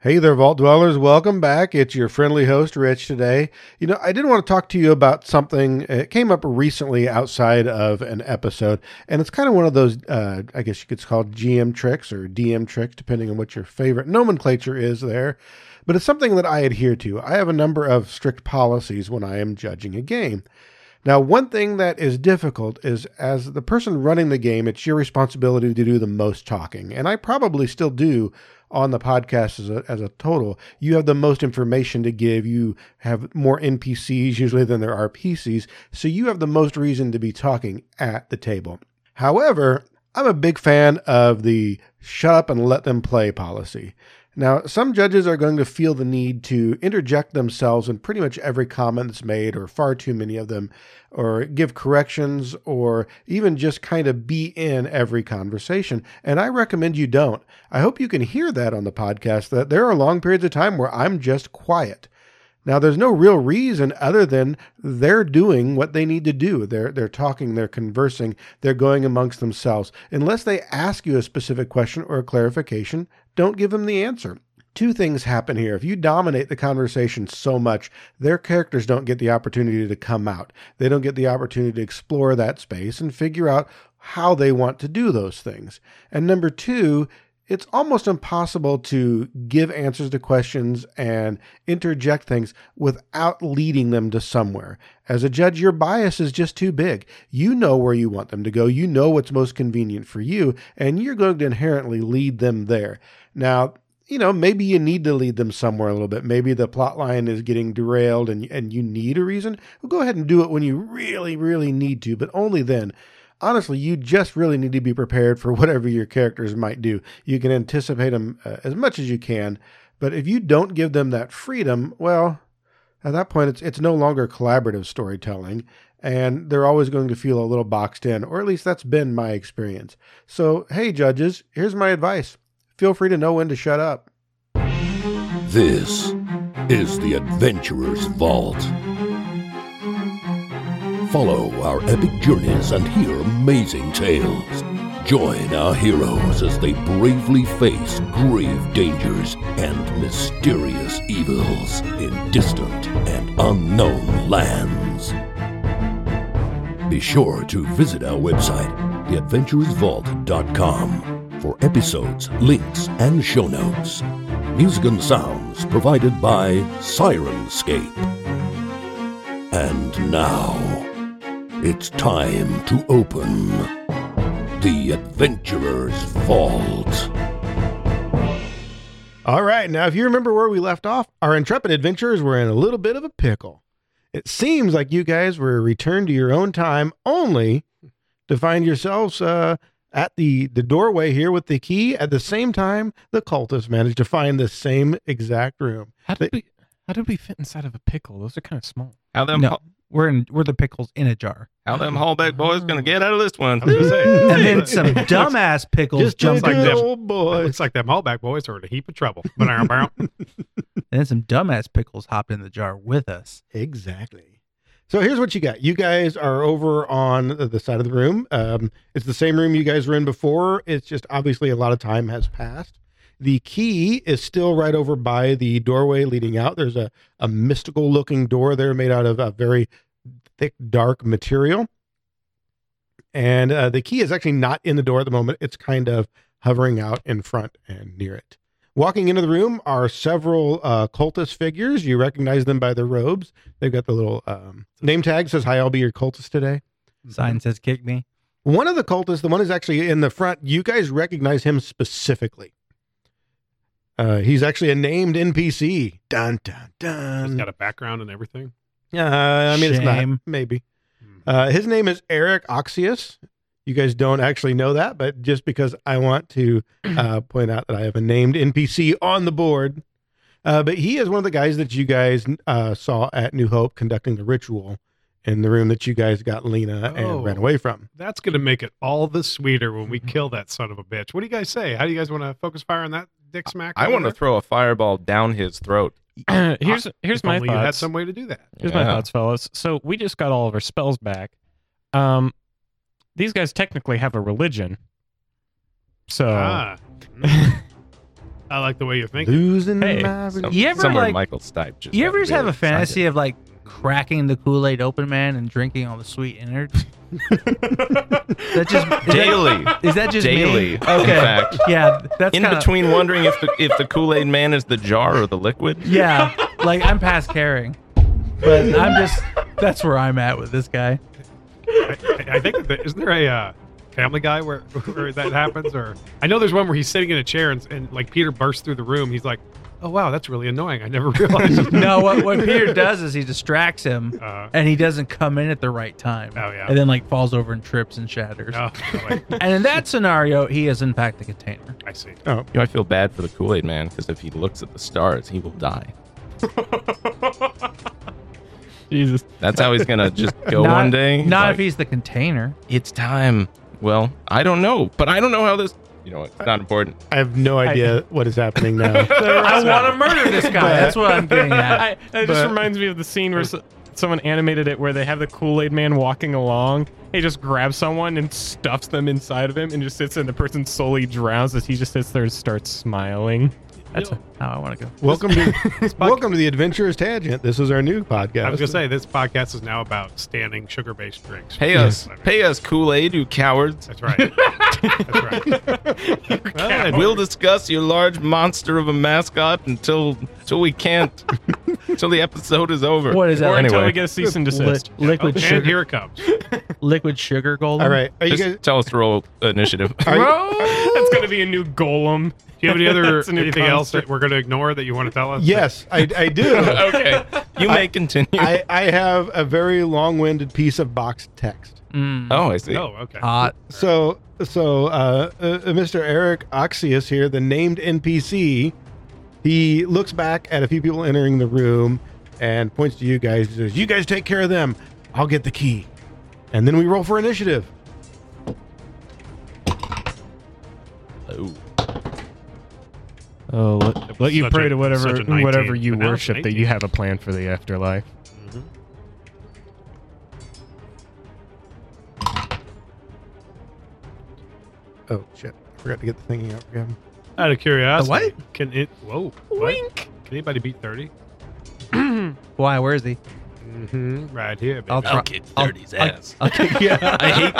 Hey there, Vault Dwellers. Welcome back. It's your friendly host, Rich, today. You know, I did want to talk to you about something. It came up recently outside of an episode, and it's kind of one of those, uh, I guess you could call it GM tricks or DM tricks, depending on what your favorite nomenclature is there. But it's something that I adhere to. I have a number of strict policies when I am judging a game. Now, one thing that is difficult is as the person running the game, it's your responsibility to do the most talking. And I probably still do on the podcast as a, as a total. You have the most information to give. You have more NPCs usually than there are PCs. So you have the most reason to be talking at the table. However, I'm a big fan of the shut up and let them play policy. Now, some judges are going to feel the need to interject themselves in pretty much every comment that's made, or far too many of them, or give corrections, or even just kind of be in every conversation. And I recommend you don't. I hope you can hear that on the podcast that there are long periods of time where I'm just quiet. Now, there's no real reason other than they're doing what they need to do. They're, they're talking, they're conversing, they're going amongst themselves. Unless they ask you a specific question or a clarification, don't give them the answer. Two things happen here. If you dominate the conversation so much, their characters don't get the opportunity to come out. They don't get the opportunity to explore that space and figure out how they want to do those things. And number two, it's almost impossible to give answers to questions and interject things without leading them to somewhere. As a judge, your bias is just too big. You know where you want them to go, you know what's most convenient for you, and you're going to inherently lead them there. Now, you know, maybe you need to lead them somewhere a little bit. Maybe the plot line is getting derailed and, and you need a reason. Well, go ahead and do it when you really, really need to, but only then honestly, you just really need to be prepared for whatever your characters might do. You can anticipate them uh, as much as you can, but if you don't give them that freedom, well, at that point, it's it's no longer collaborative storytelling, and they're always going to feel a little boxed in, or at least that's been my experience. So, hey, judges, here's my advice: feel free to know when to shut up. This is the Adventurer's Vault. Follow our epic journeys and hear amazing tales. Join our heroes as they bravely face grave dangers and mysterious evils in distant and unknown lands. Be sure to visit our website, theadventurousvault.com, for episodes, links, and show notes. Music and sounds provided by Sirenscape. And now. It's time to open the Adventurer's Vault. All right, now if you remember where we left off, our intrepid adventurers were in a little bit of a pickle. It seems like you guys were returned to your own time only to find yourselves uh, at the, the doorway here with the key. At the same time, the cultists managed to find the same exact room. How They- did we? How did we fit inside of a pickle? Those are kind of small. How them No. ho- We're in. We're the pickles in a jar. how them hallback boys gonna get out of this one? I'm just saying. and then some dumbass pickles Just jump like in, good and old boy. Looks Oh, like them Hallback boys are in a heap of trouble. Ba-dum-bum. then some dumbass pickles hopped in the jar with us. Exactly. So here's what you got. You guys are over on the side of the room. Um, it's the same room you guys were in before. It's just obviously a lot of time has passed. The key is still right over by the doorway leading out. There's a, a mystical looking door there made out of a very thick, dark material. And uh, the key is actually not in the door at the moment. It's kind of hovering out in front and near it. Walking into the room are several uh, cultist figures. You recognize them by their robes. They've got the little um, name tag says, "Hi, I'll be your cultist today." Sign says, "Kick me." One of the cultists, the one who's actually in the front, you guys recognize him specifically. Uh, he's actually a named NPC. Dun dun He's dun. got a background and everything. Hmm. Uh, I mean, it's not Shame. maybe. Uh, his name is Eric Oxius. You guys don't actually know that, but just because I want to uh, point out that I have a named NPC on the board, uh, but he is one of the guys that you guys uh, saw at New Hope conducting the ritual in the room that you guys got Lena Oh. and ran away from. That's going to make it all the sweeter when Mm-hmm. we kill that son of a bitch. What do you guys say? How do you guys want to focus fire on that dick smack? I want to to. throw a fireball down his throat. here's here's Ah, if my only you had thoughts. some way to do that. here's my Yeah. thoughts, fellas. So we just got all of our spells back. Um, these Oh. guys technically have a religion. So ah, I like the way you're thinking. Losing Hey, my Some- You ever, somewhere like- Michael's type. Just You got ever just have really a fantasy excited. of like cracking the Kool Aid open, man, and drinking all the sweet innards? that just is daily, That, is that just me? daily? In Okay. fact, Yeah, that's in kinda- between wondering if the, if the Kool Aid Man is the jar or the liquid. Yeah, like I'm past caring, but I'm just that's where I'm at with this guy. I, I- I think that, isn't there a uh, Family Guy where, where that happens? Or I know there's one where he's sitting in a chair and, and like Peter bursts through the room. He's like, "Oh wow, that's really annoying. I never realized." No, what, what Peter does is he distracts him, Uh, and he doesn't come in at the right time. Oh, yeah. Oh. and then like falls over and trips and shatters. no, like, And in that scenario, he is in fact the container. I see. You know, I feel bad for the Kool Aid Man because if he looks at the stars, he will die. Jesus. That's how he's gonna just go Not- one day. He's Not like, if he's the container. It's time. Well, I don't know, but I don't know how this. You know, what, it's not important. I have no idea what is happening now. I want to murder this guy. That's what I'm getting at. I, it just But- reminds me of the scene where so, someone animated it where they have the Kool Aid Man walking along. He just grabs someone and stuffs them inside of him and just sits there, and the person slowly drowns as he just sits there and starts smiling. That's how I want to go. welcome to welcome to the Adventurous Tangent. This is our new podcast. I was gonna say this podcast is now about standing sugar-based drinks. Pay us, pay us, Kool Aid, you cowards. That's right. That's right. We'll discuss your large monster of a mascot until until we can't, until the episode is over. What is that? Or until Anyway, we get a cease and desist. Li- liquid and sugar. here it comes. Liquid sugar golden. All right, are you just guys? tell us to roll initiative. Are you, That's going to be a new golem. Do you have any other That's a new anything else concept. that we're going to ignore that you want to tell us? yes, I, I do. okay, you may continue. I, I have a very long-winded piece of boxed text. Mm, oh, I see. Oh, okay. Hot. So so uh, uh, Mr. Eric Oxius here, the named NPC, he looks back at a few people entering the room and points to you guys. and says, "You guys take care of them. I'll get the key." And then we roll for initiative. Oh. Oh, let, let you you Such pray pray a- to to whatever- whatever such a whatever 19. whatever you you But now it's worship worship, that that you you have a plan for the afterlife. Mm-hmm. Oh shit! I forgot to get the thingy out again. Out of curiosity, The Can it? Whoa! what? Can anybody beat thirty? Why? Where is he? Mm-hmm. Right here. Baby. I'll try. kick I'll- Dirty's I'll- ass. I'll kick- yeah. I hate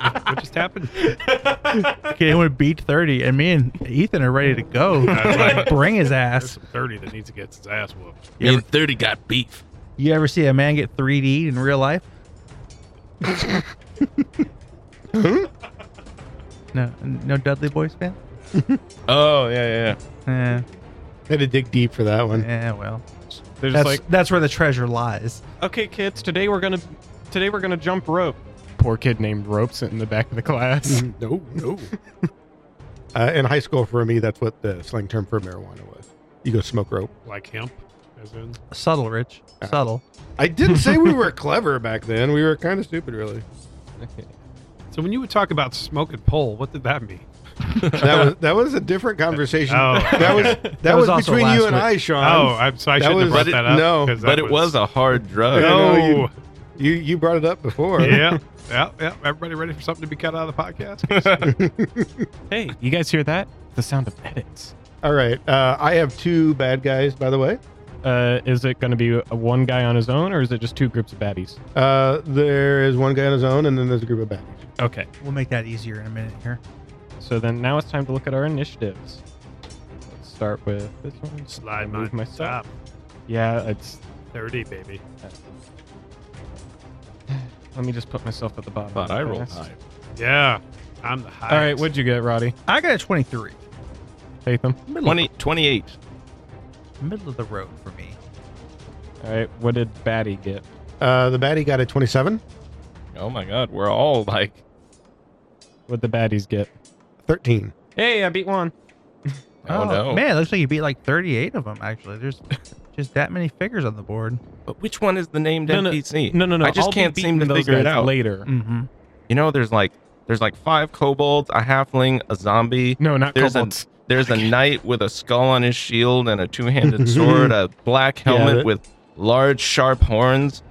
that guy. what just happened? Okay, and we beat 30, and me and Ethan are ready to go. right. Bring his There's ass. some thirty that needs to get his ass whooped. You ever, Thirty got beef. you ever see a man get 3D in real life? no, no Dudley Boys fan? Oh yeah, yeah. Yeah, I had to dig deep for that one. yeah, eh, well. They're just That's, like, that's where the treasure lies. okay, kids, today we're gonna today we're gonna jump rope. Poor kid named Rope sitting in the back of the class. Mm, no, no. uh, in high school, for me, that's what the slang term for marijuana was. You go smoke rope. Like hemp, as in. Subtle, Rich. Subtle. I didn't say we were clever back then. We were kind of stupid, really. So when you would talk about smoking pole, what did that mean? That was that was a different conversation. Oh, that was okay. that, That was, was also between you last and week. I, Sean. Oh, I'm sorry. I Um, that shouldn't was- have brought but it- that up. no. 'cause But that it was a hard drug. Oh. Yeah. No. No, you you brought it up before. yeah, yeah, yeah. Everybody ready for something to be cut out of the podcast? hey, you guys hear that? The sound of edits. All right. Uh, I have two bad guys, by the way. Uh, is it gonna be a one guy on his own, or is it just two groups of baddies? Uh, there is one guy on his own, and then there's a group of baddies. Okay, We'll make that easier in a minute here. so then now it's time to look at our initiatives. Let's start with this one. Slide Move my myself. top Yeah, it's. thirty, baby. Let me just put myself at the bottom. But I rolled All high. Yeah, I'm the highest. right, what'd you get, Roddy? I got a 23. Tatham. Middle, 20, 28. middle of the road for me. All right, what did Batty get? Uh, the baddie got a 27, Oh my god, we're all like What the baddies get? 13. Hey, I beat one. Oh, no. Man, it looks like you beat like 38 of them, actually. There's just that many figures on the board. But which one is the named No, no, NPC? No, no, no. I just I'll be can't seem to beating those figure it guys out. Later. Mm-hmm. You know, there's like there's like five kobolds, a halfling, a zombie. No, not There's a kobolds. there's a knight with a skull on his shield and a two-handed sword, a black helmet that- with large sharp horns,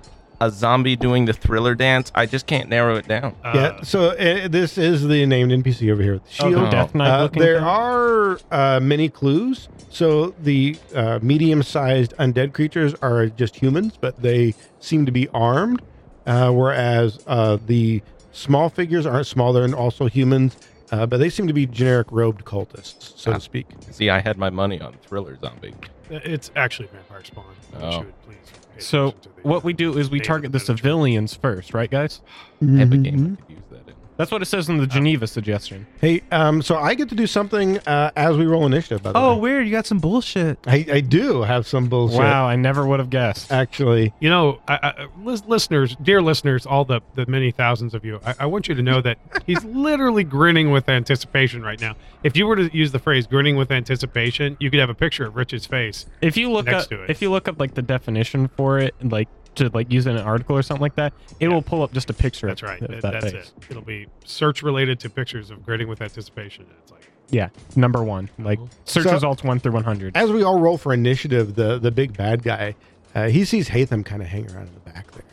a zombie doing the thriller dance. I just can't narrow it down. Uh, Oh, yeah. So uh, this is the named NPC over here. with the Shield. Oh, the Death Knight Uh, looking there thing? are uh, many clues. So the uh, medium-sized undead creatures are just humans, but they seem to be armed. Uh, whereas uh, the small figures aren't small; they're also humans, uh, but they seem to be generic robed cultists, so Ah. to speak. See, I had my money on thriller zombie. Uh, It's actually vampire spawn. I wish Oh. you would please pay So attention to the- what we do is we Data target the literature. civilians first, right, guys? Epic Mm-hmm. game. I could use that in. That's what it says Uh, in the Geneva suggestion. Hey, um, so I get to do something uh, as we roll initiative. By the Oh, way, weird. You got some bullshit. I, I do have some bullshit. Wow, I never would have guessed. Actually, You know, I, I, lis- listeners, dear listeners, all the, the many thousands of you, I, I want you to know that he's literally grinning with anticipation right now. If you were to use the phrase "grinning with anticipation," you could have a picture of Rich's face. If you look Next up, to it. if you look up like the definition for it, and like to like use it in an article or something like that, it will pull up just a picture. That's right. Of That- that that's face. it. It'll be search related to pictures of grinning with anticipation. It's like Yeah, number one. Like search So- results one through one hundred. as we all roll for initiative, the the big bad guy, uh, he sees Hatham kind of hang around in the back there,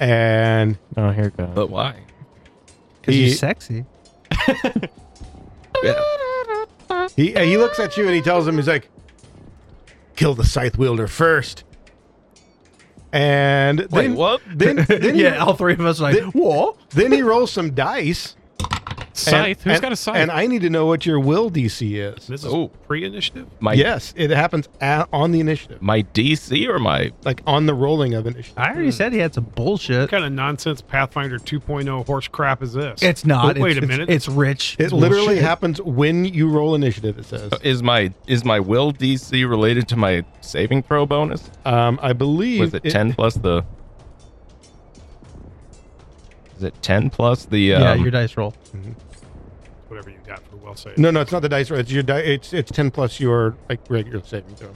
and Oh, here it goes. But why? Because he you're sexy. Yeah. he, uh, he looks at you and he tells him he's like, "Kill the scythe wielder first. And Wait, then what? Then then, yeah, he, all three of us are like, Then- whoa. then he rolls some dice. and- scythe. Who's and- got a scythe? And I need to know what your will DC is. this is Oh. pre-initiative. My yes, it happens a on the initiative, my DC or my like on the rolling of initiative. I already said he had some bullshit. What kind of nonsense Pathfinder 2.0 horse crap is this? It's not. Wait it's, a it's- minute. It's, rich. It It's literally bullshit. happens when you roll initiative. It says. is my is my will DC related to my saving throw bonus? Um, I believe Was it, ten plus the? Is it ten plus the? Um, Yeah, your dice roll. Whatever you got for well saved. No, no, it's not the dice roll. It's your di- it's it's ten plus your like regular saving throw.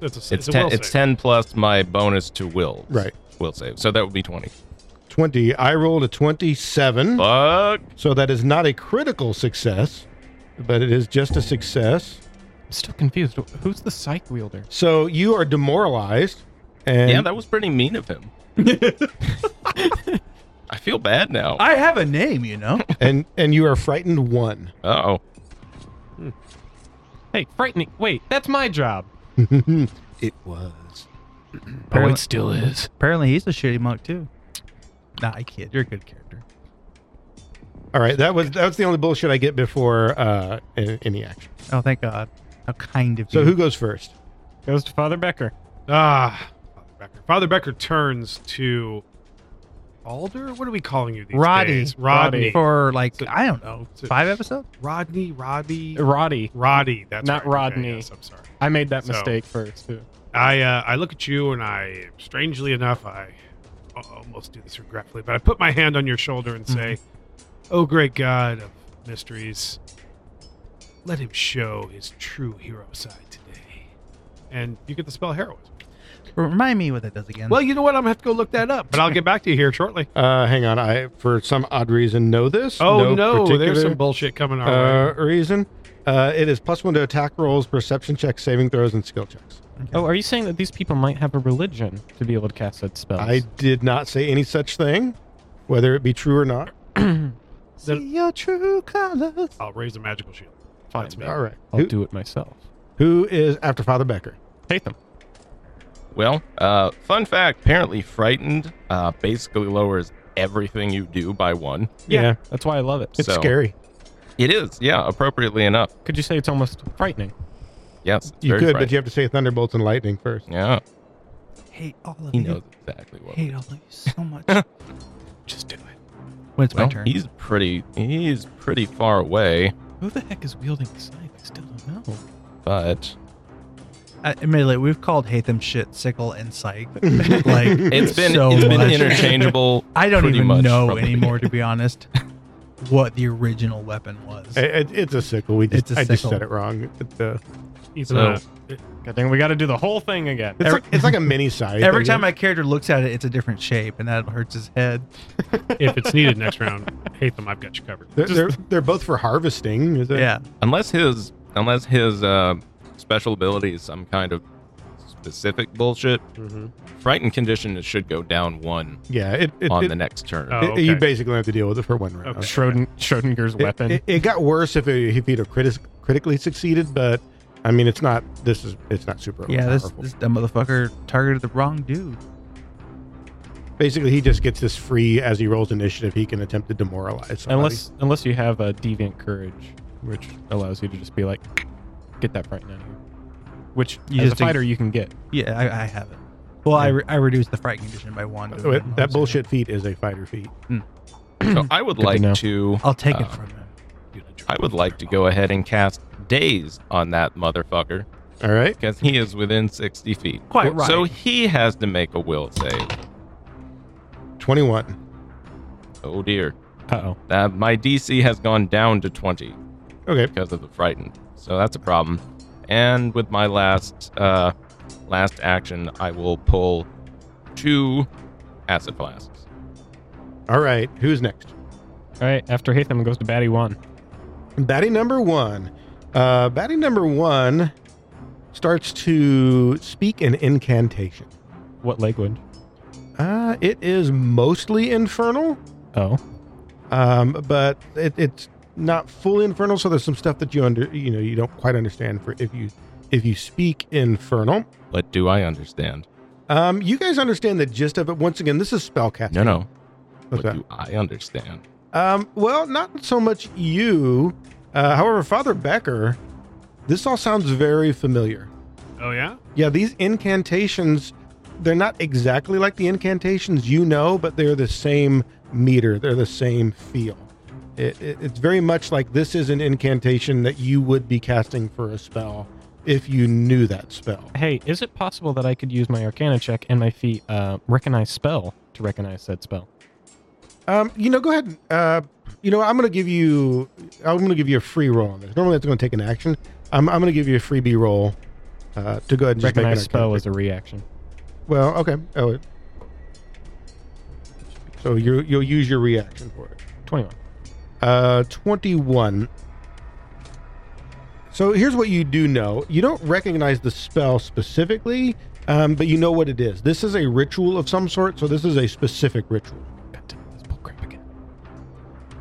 It's, a, it's a ten. will It's save. ten plus my bonus to will. Right. Will save. So that would be twenty. Twenty. I rolled a twenty-seven, Fuck. so that is not a critical success, but it is just a success. I'm still confused. Who's the scythe wielder? So you are demoralized, and yeah, that was pretty mean of him. I feel bad now. I have a name, you know? and and you are frightened one. Uh oh. Hey, frightening. Wait, that's my job. It was. Apparently- still is. Apparently, he's a shitty monk, too. Nah, I kid. You're a good character. All right, that was that's the only bullshit I get before uh, a- any action. Oh, thank God. How kind of So you. who goes first? Goes to Father Becker. Ah, Father Becker. Father Becker turns to Alder. What are we calling you these Roddy. days? Rodney. For, like, So- I don't know, so- five episodes? Rodney. Rodney. Roddy. Roddy. That's Er, Not right. Rodney. Okay, yes, I'm sorry. I made that So- mistake first too. I uh, I look at you and I, strangely enough, I almost do this regretfully, but I put my hand on your shoulder and say, "Oh, great God of mysteries, let him show his true hero side today." And you get the spell heroism. Remind me what that does again. Well, you know what? I'm gonna have to go look that up, but I'll get back to you here shortly. Uh, hang on, I for some odd reason know this. Oh no, there's particular- some bullshit coming our way. uh, reason. Uh, it is plus one to attack rolls, perception checks, saving throws, and skill checks. Oh, are you saying that these people might have a religion to be able to cast such spells? I did not say any such thing, whether it be true or not. See your true colors. I'll raise a magical shield. Fine, That's me. All right. I'll Who- do it myself. who is after Father Becker? Take them. Well, uh, fun fact. Apparently, frightened uh, basically lowers everything you do by one. Yeah. that's why I love it. It's So- scary. It is, yeah, appropriately enough. Could you say it's almost frightening? Yes, it's You very could, but you frightening. have to say Thunderbolts and Lightning first. yeah, Hate all of he you. knows exactly what. Hate all of you so much. Just do it. When it's Well, my turn. he's pretty. He's pretty far away, Who the heck is wielding the scythe? I still don't know. but I, admittedly, we've called hate them shit sickle and psych. like it's been so it's been much. interchangeable. I don't pretty even much know from the anymore, to be honest, what the original weapon was. I- I- it's a sickle. We just, It's a I just sickle. said it wrong. It's, uh, He's So- not- God dang, we got to do the whole thing again. it's, like, it's like a mini size. Every time my character looks at it, it's a different shape, and that hurts his head. if it's needed next round, hate them. I've got you covered. they're, they're, they're both for harvesting. Is it? Yeah, Unless his unless his uh, special ability is some kind of s- specific bullshit, Mm-hmm. frightened condition should go down one Yeah, it it, on it- the next turn. Oh. it- okay. you basically have to deal with it for one round. Okay. Schroden, Schrodinger's It- weapon. It, it got worse if it, if he'd have critis- critically succeeded, but I mean, it's not. This is it's not super. Yeah, this, powerful. this dumb motherfucker targeted the wrong dude. basically he just gets this free as he rolls initiative. He can attempt to demoralize. Somebody. unless unless you have a deviant courage, which allows you to just be like, get that frightened out of here. Which You as just a fighter you can get. Yeah, I, I have it. Well, I, re- I reduced the fright condition by one. By the way, that bullshit feat is a fighter feat. so I would Good to like know. to I'll take it Uh, from him. I would like to go ahead and cast Daze on that motherfucker All right. because he is within 60 feet. Quite right. So he has to make a will save. 21. Oh dear. Uh oh. Uh, my DC has gone down to 20 Okay. because of the frightened. So that's a problem. And with my last uh, last action, I will pull two acid flasks. All right. Who's next? All right. After Hatham goes to Batty one. Batty number one. Uh, batty number one starts to speak an incantation. What language? Uh, it is mostly infernal, Oh. um, but it, it's not fully infernal. So there's some stuff that you under you know you don't quite understand for if you if you speak infernal. What do I understand? Um, you guys understand the gist of it. Once again, this is spellcasting. No, no. What's what that? do I understand? Um, well, not so much you. Uh, however, Father Becker, this all sounds very familiar. Oh yeah. Yeah, these incantations, they're not exactly like the incantations you know, but they're the same meter, they're the same feel. It, it, it's very much like this is an incantation that you would be casting for a spell if you knew that spell. Hey, is it possible that I could use my Arcana check and my feet uh, recognize spell to recognize said spell? Um, you know, go ahead. and, Uh, you know, I'm going to give you. I'm going to give you a free roll on this. Normally, that's going to take an action. I'm, I'm going to give you a freebie roll uh, to go ahead and just make an recognize spell arcana as a reaction. check. Well, okay. Oh, it- so you you'll use your reaction for it. Twenty-one. Uh, 21. So here's what you do know. You don't recognize the spell specifically, um, but you know what it is. This is a ritual of some sort, so this is a specific ritual. God damn it, this bullcrap again.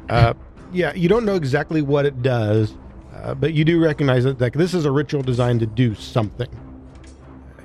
Uh, yeah, you don't know exactly what it does, uh, but you do recognize that like, this is a ritual designed to do something.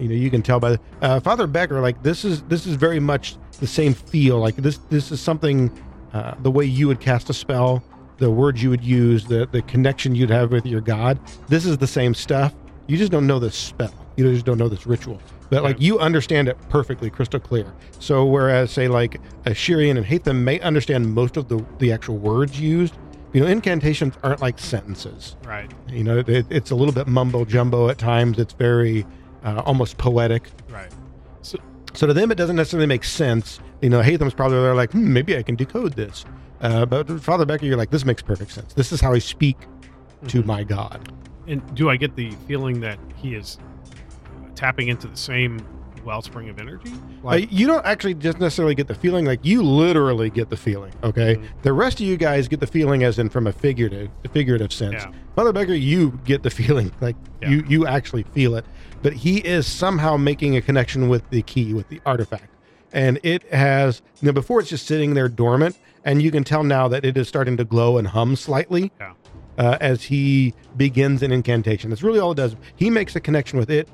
You know, you can tell by the, uh, Father Becker. Like this is this is very much the same feel. Like this this is something uh, the way you would cast a spell, the words you would use, the the connection you'd have with your God. This is the same stuff. You just don't know this spell. You just don't know this ritual. But like you understand it perfectly, crystal clear. So whereas say like Ashirian and Hatham may understand most of the the actual words used, you know incantations aren't like sentences. Right. You know it, it's a little bit mumbo jumbo at times. It's very uh, almost poetic. Right. So to them, it doesn't necessarily make sense. You know, Hatham's probably there like, hmm, maybe I can decode this. Uh, but Father Becker, you're like, this makes perfect sense. This is how I speak to my God. And do I get the feeling that he is tapping into the same wellspring of energy? Like, Uh, you don't actually just necessarily get the feeling. Like you literally get the feeling. Okay, Mhm. the rest of you guys get the feeling as in from a figurative, a figurative sense. Yeah. Father Becker, you get the feeling. Like Yeah. you, you actually feel it. But he is somehow making a connection with the key, with the artifact, and it has. You know, before it's just sitting there dormant, and you can tell now that it is starting to glow and hum slightly. Yeah. Uh, as he begins an incantation, that's really all it does. He makes a connection with it.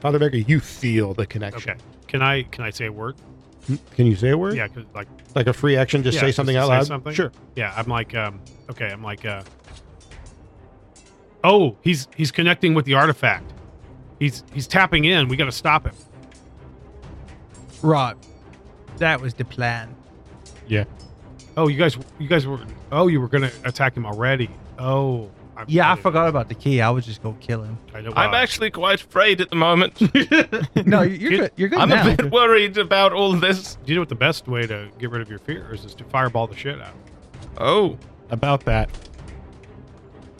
Father Becker, you feel the connection. Okay. Can I can I say a word? Can you say a word? Yeah. 'cause, like like a free action just Yeah, say just something to out say loud something. sure yeah. I'm like um. Okay. I'm like uh. Oh, he's he's connecting with the artifact. He's he's tapping in. We got to stop him. Right. That was the plan. Oh, you guys you guys were oh you were gonna attack him already. Oh. I'm- Yeah, I forgot about the key. I was just gonna kill him. I know, I'm wow. actually quite afraid at the moment. No, you're good. You're good I'm now. a bit worried about all this. Do you know what the best way to get rid of your fear is? Is to fireball the shit out. of him. Oh, About that.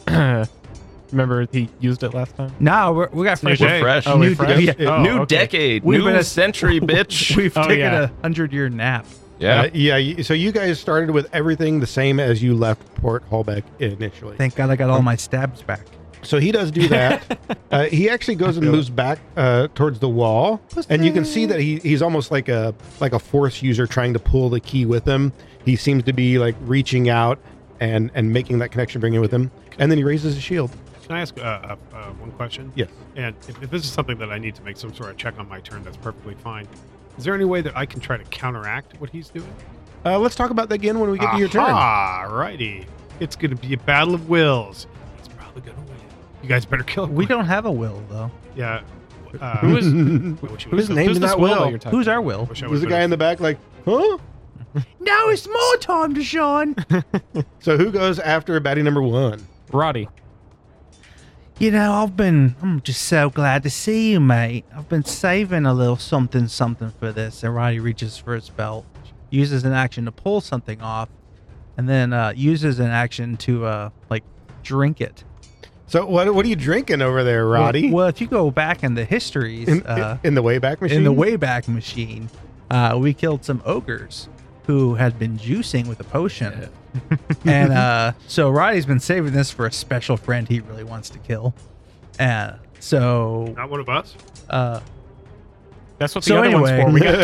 Remember he used it last time. No, we're, we got fresh. new we're day. fresh. Oh, New we're fresh? yeah. Oh, uh, new okay. decade, We've new been a- century, bitch. We've Oh, taken yeah. a hundred year nap. yeah. Uh, yeah you- so you guys started with everything the same as you left port holbeck initially Thank God I got all my stabs back. So he does do that. uh, he actually goes and moves back uh, towards the wall, and you can see that he, he's almost like a like a force user trying to pull the key with him. He seems to be like reaching out and and making that connection, bringing it with him, and then he raises his shield. Can I ask uh, uh, uh, one question? Yes. And if, if this is something that I need to make some sort of check on my turn, that's perfectly fine. Is there any way that I can try to counteract what he's doing? Uh, let's talk about that again when we get to your turn. Aha, righty. It's going to be a battle of wills. He's probably going to win. You guys better kill him. We quick. don't have a will though. Yeah. Uh, Who is- I wish he Who's wou's named in that will? talking Who's our about? will? There's a guy in the back like, huh? Now it's more time, Deshaun. So who goes after baddie number one? Roddy. You know, I've been. I'm just so glad to see you, mate. I've been saving a little something, something for this. And Roddy reaches for his belt, uses an action to pull something off, and then uh, uses an action to uh, like drink it. So what what are you drinking over there, Roddy? Well, if you go back in the histories, in, uh, in the Wayback Machine? in the Wayback Machine, uh, we killed some ogres who had been juicing with a potion. and uh, so Roddy's been saving this for a special friend he really wants to kill. And so, Not one of us? uh, That's what the So other anyway. one's for. We got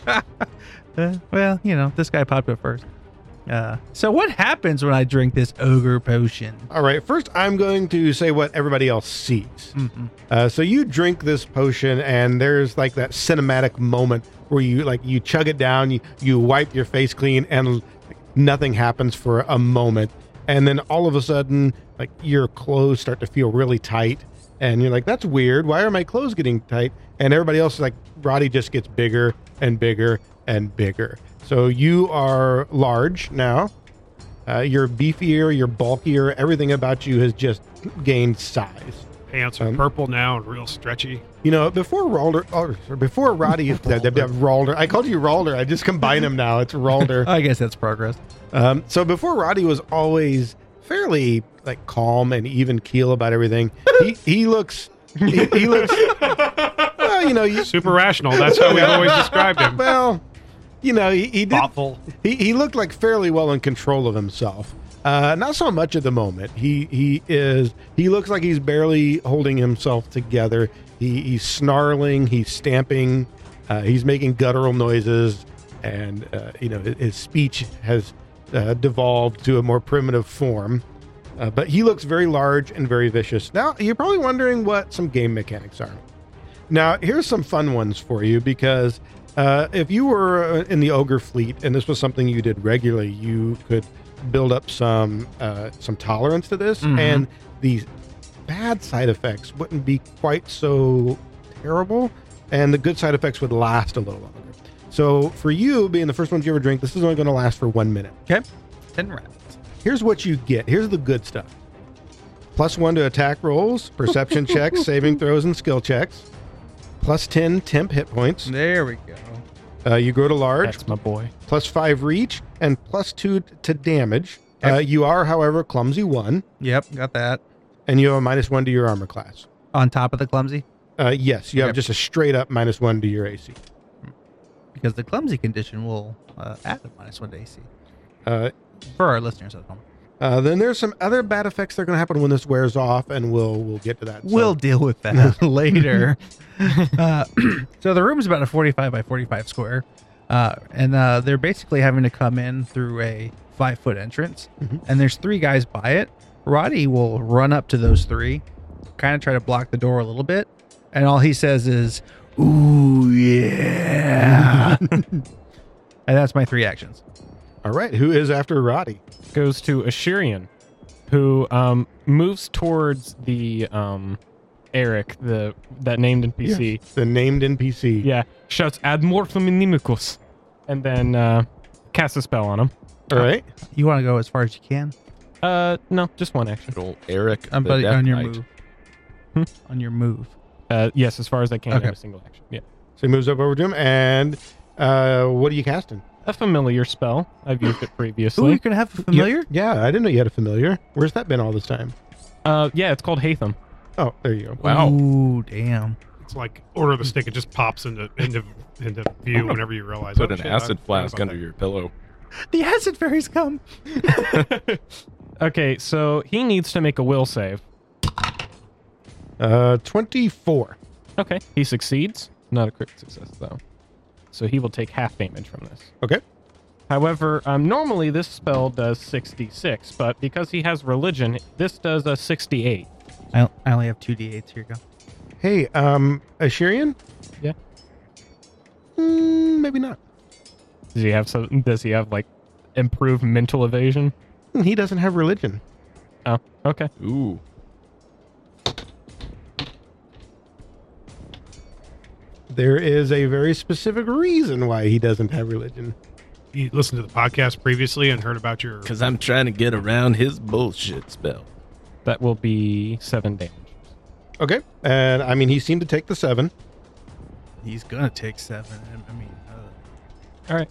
two of them. uh, well, you know, this guy popped up first. Uh, so what happens when I drink this ogre potion? All right, first I'm going to say what everybody else sees. Mhm. Uh, so you drink this potion, and there's like that cinematic moment where you like you chug it down, you, you wipe your face clean, and nothing happens for a moment, and then all of a sudden, like your clothes start to feel really tight, and you're like, "That's weird. Why are my clothes getting tight?" And everybody else is like, "Roddy just gets bigger and bigger and bigger." So you are large now. Uh, you're beefier, you're bulkier. Everything about you has just gained size. Pants are Um, purple now and real stretchy. You know, before Rolder, or before Roddy, that- that- that Rolder. I called you Rolder. I just combine them now. It's Rolder. I guess that's progress. Um, so before Roddy was always fairly like calm and even keel about everything. He, he looks, he, he looks. Well, you know, you, Super rational. That's how we've always described him. well, you know, he, he did Thoughtful. he, he looked like fairly well in control of himself. Uh, not so much at the moment. He he is he looks like he's barely holding himself together. He, he's snarling. He's stamping. Uh, he's making guttural noises, and uh, you know his, his speech has uh, devolved to a more primitive form. Uh, but he looks very large and very vicious. Now you're probably wondering what some game mechanics are. Now, here's some fun ones for you because uh, if you were uh, in the ogre fleet and this was something you did regularly, you could build up some uh, some tolerance to this, Mhm. and the bad side effects wouldn't be quite so terrible, and the good side effects would last a little longer. So, for you being the first ones you ever drink, this is only going to last for one minute. Okay. 10 rounds. Here's what you get. Here's the good stuff. Plus one to attack rolls, perception checks, saving throws, and skill checks. Plus 10 temp hit points. There we go. Uh, you grow to large, That's my boy. plus five reach, and plus two t- to damage. Uh, you are, however, clumsy one, Yep, got that. and you have a minus one to your armor class. On top of the clumsy, Uh, yes, you have Okay. just a straight up minus one to your AC. because the clumsy condition will uh, add a minus one to AC. Uh, For our listeners at home. uh, then there's some other bad effects that are going to happen when this wears off, and we'll we'll get to that. So- We'll deal with that later. uh, so the room's about a 45 by 45 square. Uh, and uh, they're basically having to come in through a five foot entrance. Mhm. And there's three guys by it. Roddy will run up to those three, kind of try to block the door a little bit. And all he says is, Ooh, yeah. and that's my three actions. all right. Who is after Roddy? Goes to Ashirian, who um, moves towards the um, Eric, the that named NPC. The named NPC. Yeah. Shouts ad mortem inimicus. And then uh, casts a spell on him. All right. You want to go as far as you can? Uh, no, just one action. Good old Eric. Um, the but Death on your Knight. move. Hmm? On your move. Uh, yes, as far as I can, Okay. in a single action. Yeah. So he moves up over to him, and uh, what are you casting? A familiar spell. I've used it Ooh, you previously. can have a familiar? Yeah, I didn't know you had a familiar. Where's that been all this time? Uh, yeah, it's called Hatham. Oh, there you go. Wow. Ooh, damn. It's like Order of the Stick. It just pops into into, into view whenever you realize Put oh, an shit, I acid forgot flask about under that. your pillow. The acid fairies come. okay, so he needs to make a will save. Uh, 24. Okay, he succeeds. Not a crit success though, so he will take half damage from this. Okay. However, um, normally this spell does 66, but because he has religion, this does a 68. I, I only have two d8s. Here you go. Hey, um, Ashirian? Yeah. Mm, maybe not. Does he have so? Does he have like improved mental evasion? He doesn't have religion. Oh, okay. Ooh. There is a very specific reason why he doesn't have religion. You listened to the podcast previously and heard about your. Because I'm trying to get around his bullshit spell. That will be seven damage. Okay. And I mean, he seemed to take the seven. He's gonna take seven. I- I mean, uh, All right.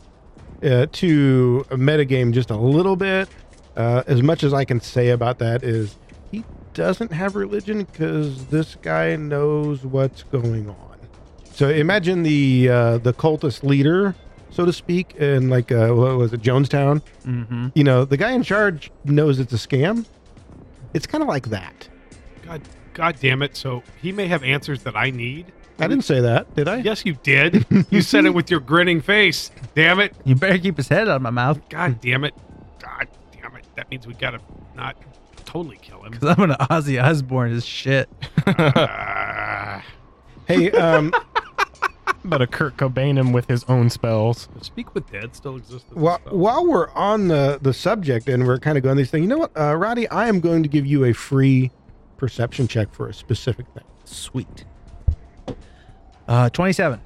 uh, to metagame just a little bit. Uh, as much as I can say about that is he doesn't have religion because this guy knows what's going on. So imagine the uh, the cultist leader, so to speak, in like uh, what was it, Jonestown? mm-hmm. You know, the guy in charge knows it's a scam. It's kind of like that. God, God damn it. So he may have answers that I need. I didn't say that, did I? Yes, you did. you said it with your grinning face. Damn it. You better keep his head out of my mouth God damn it. God damn it. That means we gotta not totally kill him. because I'm gonna Ozzy Osbourne his shit. Ah. Hey, um, But a Kurt Cobain him with his own spells. speak with dead still exists. in While, this spell. while we're on the, the subject and we're kind of going these things, you know what, uh, Roddy? I am going to give you a free perception check for a specific thing. Sweet. Uh, twenty-seven.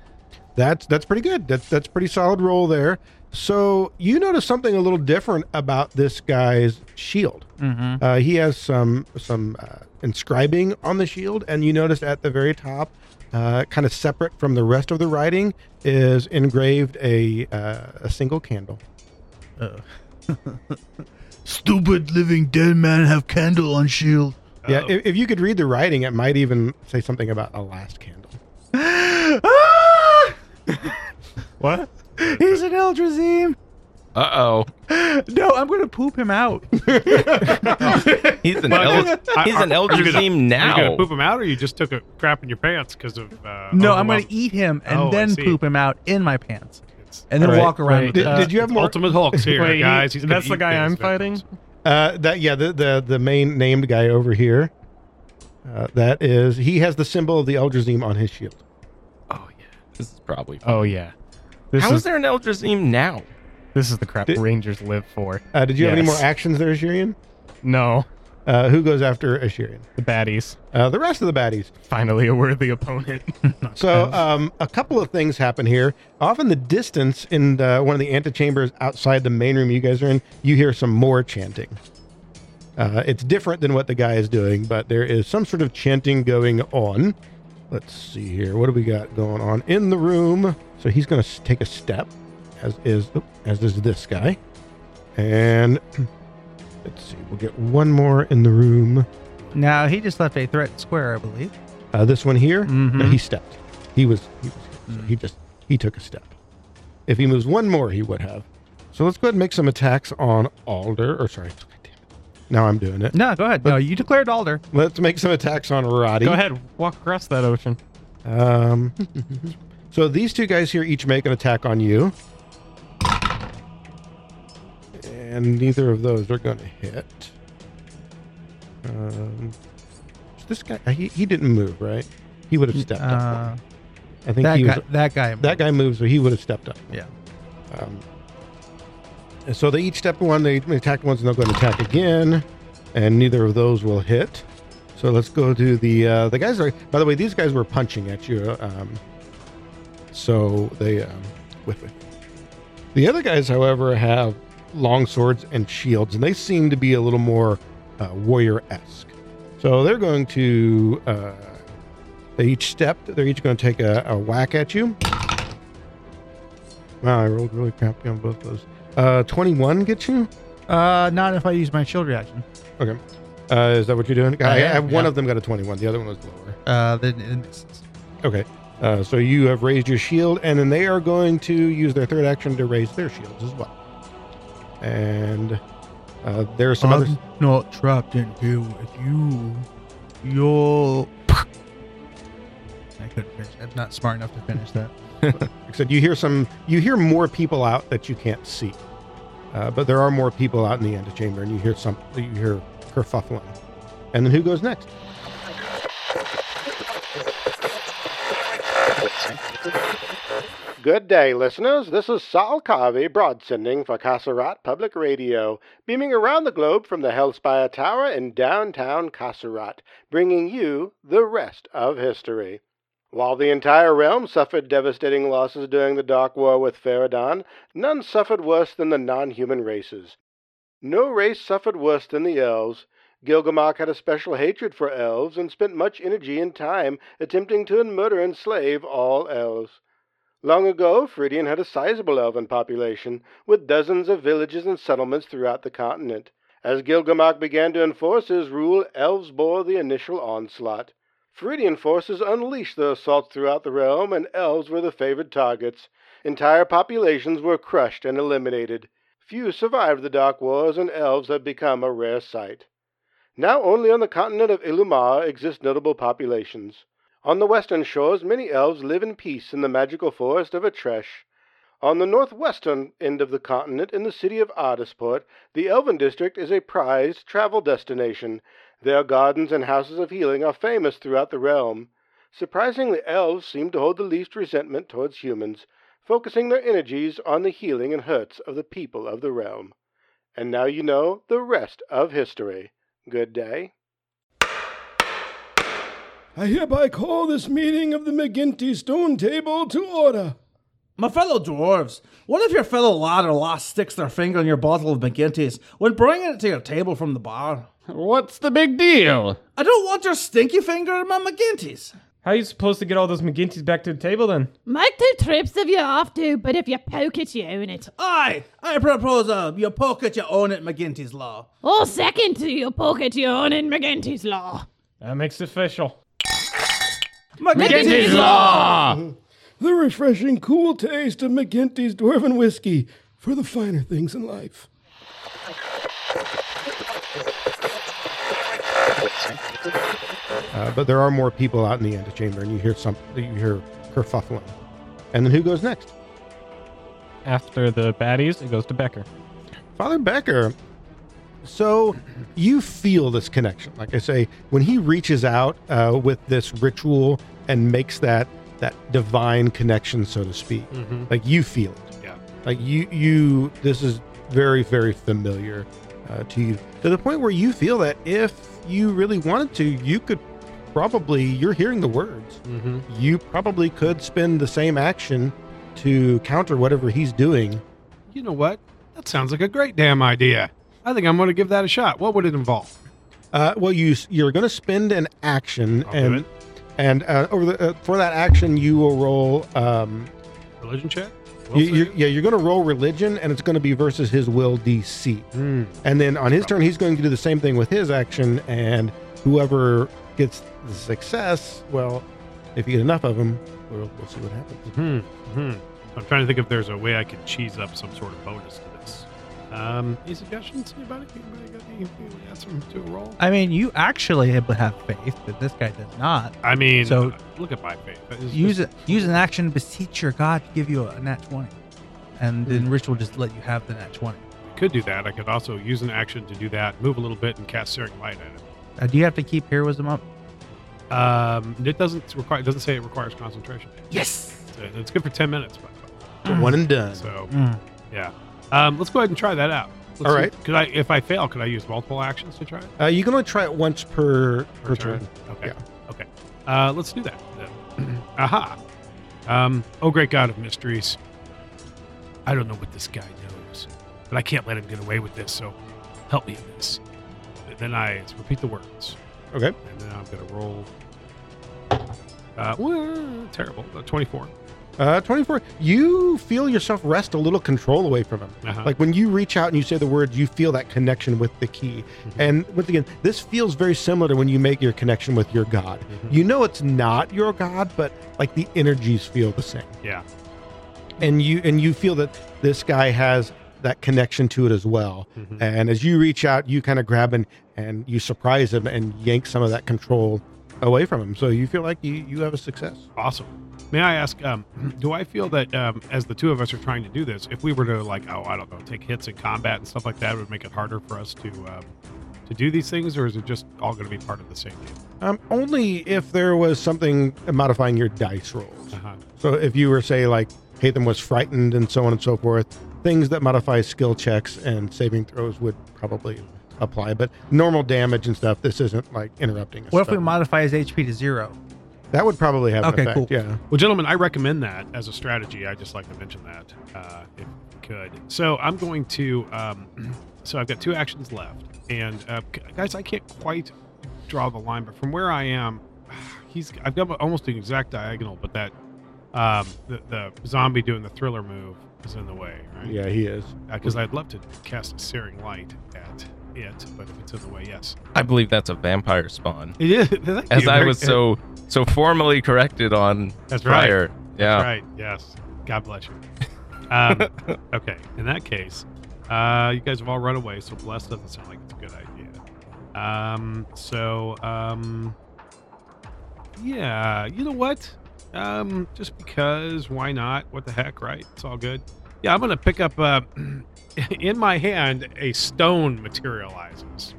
That's that's pretty good. That's that's pretty solid roll there. So you notice something a little different about this guy's shield. Mm-hmm. Uh, he has some some uh, inscribing on the shield, and you notice at the very top, uh, kind of separate from the rest of the writing, is engraved a uh, a single candle. Stupid living dead man have candle on shield. Yeah, Oh. if, if you could read the writing, it might even say something about a last candle. Ah! What? He's an Eldrazim. Uh oh. No, I'm gonna poop him out. He's an Well, elder. I- He's an are- are elder you gonna- team Are you now. gonna poop him out, or you just took a crap in your pants because of? Uh, No, I'm gonna overwhelm- eat him and Oh, I then see. poop him out in my pants It's- and then All right, walk around. right. with Did, it. Uh, did you have it's more? Ultimate Hulk's here, Wait, he- guys. He's gonna that's the eat guy things I'm eventually. fighting. Uh, that yeah, the, the the main named guy over here. Uh, that is, he has the symbol of the Eldrazim on his shield. Oh yeah. This is probably. Oh yeah. This How is, is there an elder team now? this is the crap Did- Rangers live for. Uh, did you have any more Yes. actions there, Ashirian? No, Uh, who goes after Ashirian? the baddies. Uh, the rest of the baddies. Finally, a worthy opponent. So, um, a couple of things happen here. Off in the distance, in the, one of the antechambers outside the main room you guys are in, you hear some more chanting. Uh, it's different than what the guy is doing, but there is some sort of chanting going on. Let's see here. What do we got going on in the room? So he's going to take a step, as is oop, as is this guy, and let's see. We'll get one more in the room. Now he just left a threat square, I believe. Uh, this one here, Mhm. uh, he stepped. He was, he, was so he just he took a step. If he moves one more, he would have. So let's go ahead and make some attacks on Alder. Or sorry, God damn it. now I'm doing it. No, go ahead. No, you declared Alder. Let's make some attacks on Roddy. Go ahead, walk across that ocean. Um, so these two guys here each make an attack on you, and neither of those are going to hit. Um, this guy he, he didn't move right. He would have stepped up. Uh, one. I think that he was, guy. That guy. that guy moves, so he would have stepped up. Yeah. Um, and so they each step one, they attack once, and they'll go and attack again, and neither of those will hit. So let's go to the uh, the guys are. By the way, these guys were punching at you, um, so they um, with it. The other guys, however, have long swords and shields, and they seem to be a little more uh, warrior esque. So they're going to. Uh, they each step. They're each going to take a, a whack at you. Wow, I rolled really crappy on both those. Uh, 21 gets you? Uh, not if I use my shield reaction. Okay. Uh, is that what you're doing? I, I yeah, have one yeah. of them got a 21. The other one was lower. Uh, then it misses. Okay. Uh, so you have raised your shield, and then they are going to use their third action to raise their shields as well. And uh, there are some others. not trapped in here with you. You're I'm not smart enough to finish that. Except you hear some, you hear more people out that you can't see, uh, but there are more people out in the antechamber, and you hear some, you hear kerfuffling. And then who goes next? Good day, listeners. This is Sal Carvey broadsending for Kasserat Public Radio, beaming around the globe from the Hellspire Tower in downtown Kasserat, bringing you the rest of history. While the entire realm suffered devastating losses during the Dark War with Faradon, none suffered worse than the non human races. No race suffered worse than the elves. Gilgamesh had a special hatred for elves and spent much energy and time attempting to murder and slave all elves. Long ago, Phrydian had a sizable elven population, with dozens of villages and settlements throughout the continent. As Gilgamesh began to enforce his rule, elves bore the initial onslaught. Phrygian forces unleashed their assaults throughout the realm, and elves were the favored targets. Entire populations were crushed and eliminated. Few survived the Dark Wars, and elves have become a rare sight. Now, only on the continent of Illumar exist notable populations. On the western shores, many elves live in peace in the magical forest of Atresh. On the northwestern end of the continent, in the city of Ardisport, the Elven District is a prized travel destination, their gardens and houses of healing are famous throughout the realm. Surprisingly, elves seem to hold the least resentment towards humans, focusing their energies on the healing and hurts of the people of the realm. And now you know the rest of history. Good day. I hereby call this meeting of the McGinty Stone Table to order. My fellow dwarves, what if your fellow lad or lass sticks their finger in your bottle of McGinty's when bringing it to your table from the bar? What's the big deal? I don't want your stinky finger in my McGinty's. How are you supposed to get all those McGinty's back to the table then? Make two trips if you have to, but if you poke it, you own it. Aye, I propose a you poke at your own at McGinty's law. Or second to you poke at your own in McGinty's Law. That makes it official. McGinty's law. The refreshing, cool taste of McGinty's Dwarven Whiskey for the finer things in life. Uh, but there are more people out in the antechamber, and you hear some, you hear kerfuffling. And then who goes next? After the baddies, it goes to Becker. Father Becker. So you feel this connection. Like I say, when he reaches out uh, with this ritual and makes that that divine connection, so to speak, Mm-hmm, like you feel it. Yeah. Like you, you. This is very, very familiar uh, to you to the point where you feel that if you really wanted to, you could probably. You're hearing the words. Mm-hmm. You probably could spend the same action to counter whatever he's doing. You know what? That sounds like a great damn idea. I think I'm going to give that a shot. What would it involve? Uh, well, you s- you're going to spend an action, I'll do and it. and uh, over the, uh, for that action, you will roll. Um, Religion check? Will you, you're, save? yeah, you're going to roll religion, and it's going to be versus his will DC. Hmm. And then on his turn, he's going to do the same thing with his action, and whoever gets the success, well, if you get enough of them, we'll, we'll see what happens. Hmm. Hmm. I'm trying to think if there's a way I could cheese up some sort of bonus to this. Um, any suggestions? Anybody? Anybody got any? Anybody got some to roll? I mean, you actually have- have faith, but this guy does not. I mean, So- look at my face. Use it. Use an action to beseech your god to give you a nat twenty, and then ritual just let you have the nat twenty. Could do that. I could also use an action to do that. Move a little bit and cast Searing Light at it. Uh, do you have to keep heroism up? Um, it doesn't require. It doesn't say it requires concentration. Yes. So It's good for ten minutes. By the way. One and done. So Mm. yeah. Um, let's go ahead and try that out. Let's All see- right. Could I, if I fail, could I use multiple actions to try it? Uh, you can only try it once per per turn. Okay. Okay. Uh, let's do that. Then. Aha. Um, oh, great God of mysteries. I don't know what this guy knows, but I can't let him get away with this, so help me in this. And then I repeat the words. Okay. And then I'm going to roll. Uh, well, terrible. Uh, 24. Uh, 24. You feel yourself wrest a little control away from him. Uh-huh. Like when you reach out and you say the words, you feel that connection with the key. Mm-hmm. And once again, this feels very similar to when you make your connection with your God. Mm-hmm. You know it's not your God, but like the energies feel the same. Yeah. And you and you feel that this guy has that connection to it as well. Mhm. And as you reach out, you kind of grab and and you surprise him and yank some of that control away from him. So you feel like you, you have a success. Awesome. May I ask, um, do I feel that um, as the two of us are trying to do this, if we were to like, oh, I don't know, take hits in combat and stuff like that, it would make it harder for us to um, to do these things, or is it just all going to be part of the same game? Um, only if there was something modifying your dice rolls. Uh-huh. So if you were, say, like Hatham was frightened and so on and so forth, things that modify skill checks and saving throws would probably apply. But normal damage and stuff, this isn't like interrupting us. What if we modify his HP to zero? That would probably have Okay, an effect. cool. Yeah. Well, gentlemen, I recommend that as a strategy. I just like to mention that uh, if we could. So I'm going to. Um, so I've got two actions left, and uh, g- guys, I can't quite draw the line, but from where I am, he's. I've got almost an exact diagonal, but that um, the, the zombie doing the thriller move is in the way, right? Yeah, he is. Because I'd love to cast a searing light at it, but if it's in the way, yes. I believe that's a vampire spawn. It is. Thank As you. I Very was good. so so formally corrected on That's right. prior. Yeah. That's right. Yes. God bless you. Um, okay. In that case, uh, you guys have all run away, so bless doesn't sound like it's a good idea. Um, so, um, yeah. You know what? Um, just because, why not? What the heck, right? It's all good. Yeah, I'm gonna pick up uh, in my hand a stone materializes,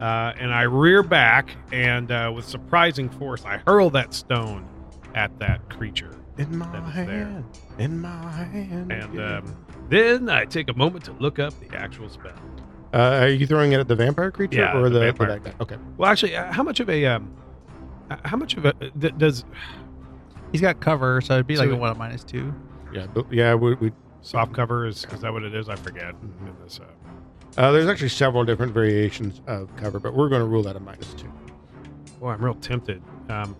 uh, and I rear back, and uh, with surprising force, I hurl that stone at that creature. In my that is hand, in my hand. And um, then I take a moment to look up the actual spell. Uh, are you throwing it at the vampire creature Yeah, or the the, the vampire. that guy? Okay. Well, actually, uh, how much of a um, uh, how much of a th- does He's got cover, so it'd be like So- a one a minus two. Yeah. but- Yeah. We, we soft cover is is that what it is? I forget. In this, uh, uh, there's actually several different variations of cover, but we're going to rule that a minus two. Boy, I'm real tempted um,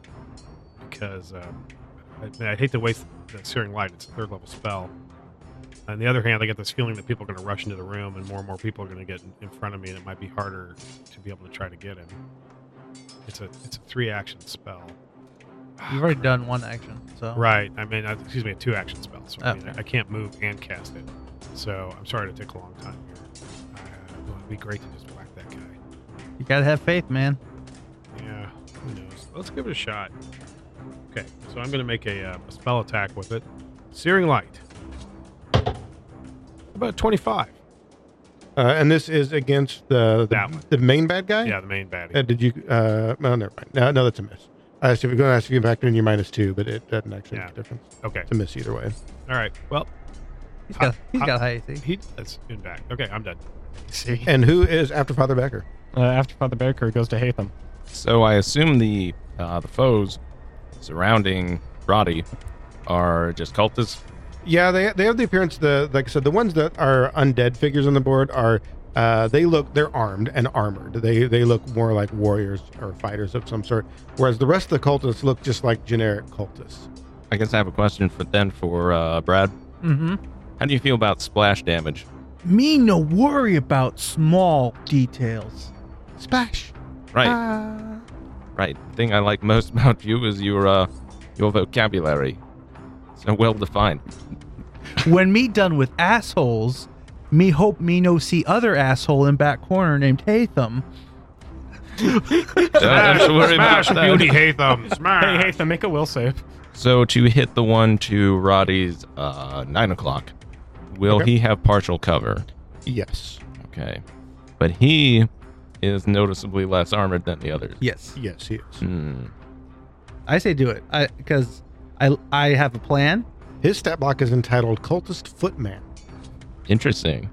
because um, I, man, I hate to waste the Searing Light. It's a third level spell. On the other hand, I get this feeling that people are going to rush into the room and more and more people are going to get in- in front of me, and it might be harder to be able to try to get him. It's a it's a three action spell. You've already done one action, so Right. I mean, uh, excuse me, a two action spell. So I, mean, Okay. I can't move and cast it. So I'm sorry to take a long time here. Uh, well, it'd be great to just whack that guy. you gotta have faith, man. Yeah, who knows? Let's give it a shot. Okay, so I'm going to make a, uh, a spell attack with it. Searing Light. About 25. Uh, and this is against the That the, one. the main bad guy. Yeah, the main baddie. Uh, did you? Uh, no, never mind. No, no, that's a miss. I asked if you're going to ask if you factor in your minus two, but it doesn't actually make a difference. Okay. It's a miss either way. All right. Well, He's got he's I- got high AC. he that's in back. Okay, I'm done. See? And who is after Father Becker? Uh, after Father Baker goes to Hatham. So I assume the uh, the foes surrounding Roddy are just cultists. Yeah, they they have the appearance. The like I said, the ones that are undead figures on the board are. Uh, they look they're armed and armored. They they look more like warriors or fighters of some sort, whereas the rest of the cultists look just like generic cultists. I guess I have a question for then for uh, Brad. Mm-hmm. How do you feel about splash damage? Me no worry about small details. Splash. Right, Uh, Ah. right. The thing I like most about you is your uh, your vocabulary. So well defined. when me done with assholes, me hope me no see other asshole in back corner named Hatham. Don't have to worry about Smash that. Beauty Hatham. Hey, Smash. Hatham, make a will save. So to hit the one to Roddy's uh, nine o'clock, will Okay. he have partial cover? Yes. Okay, but he is noticeably less armored than the others. Yes, Yes, he is. Hmm. I say do it. I because I I have a plan. His stat block is entitled Cultist Footman. Interesting.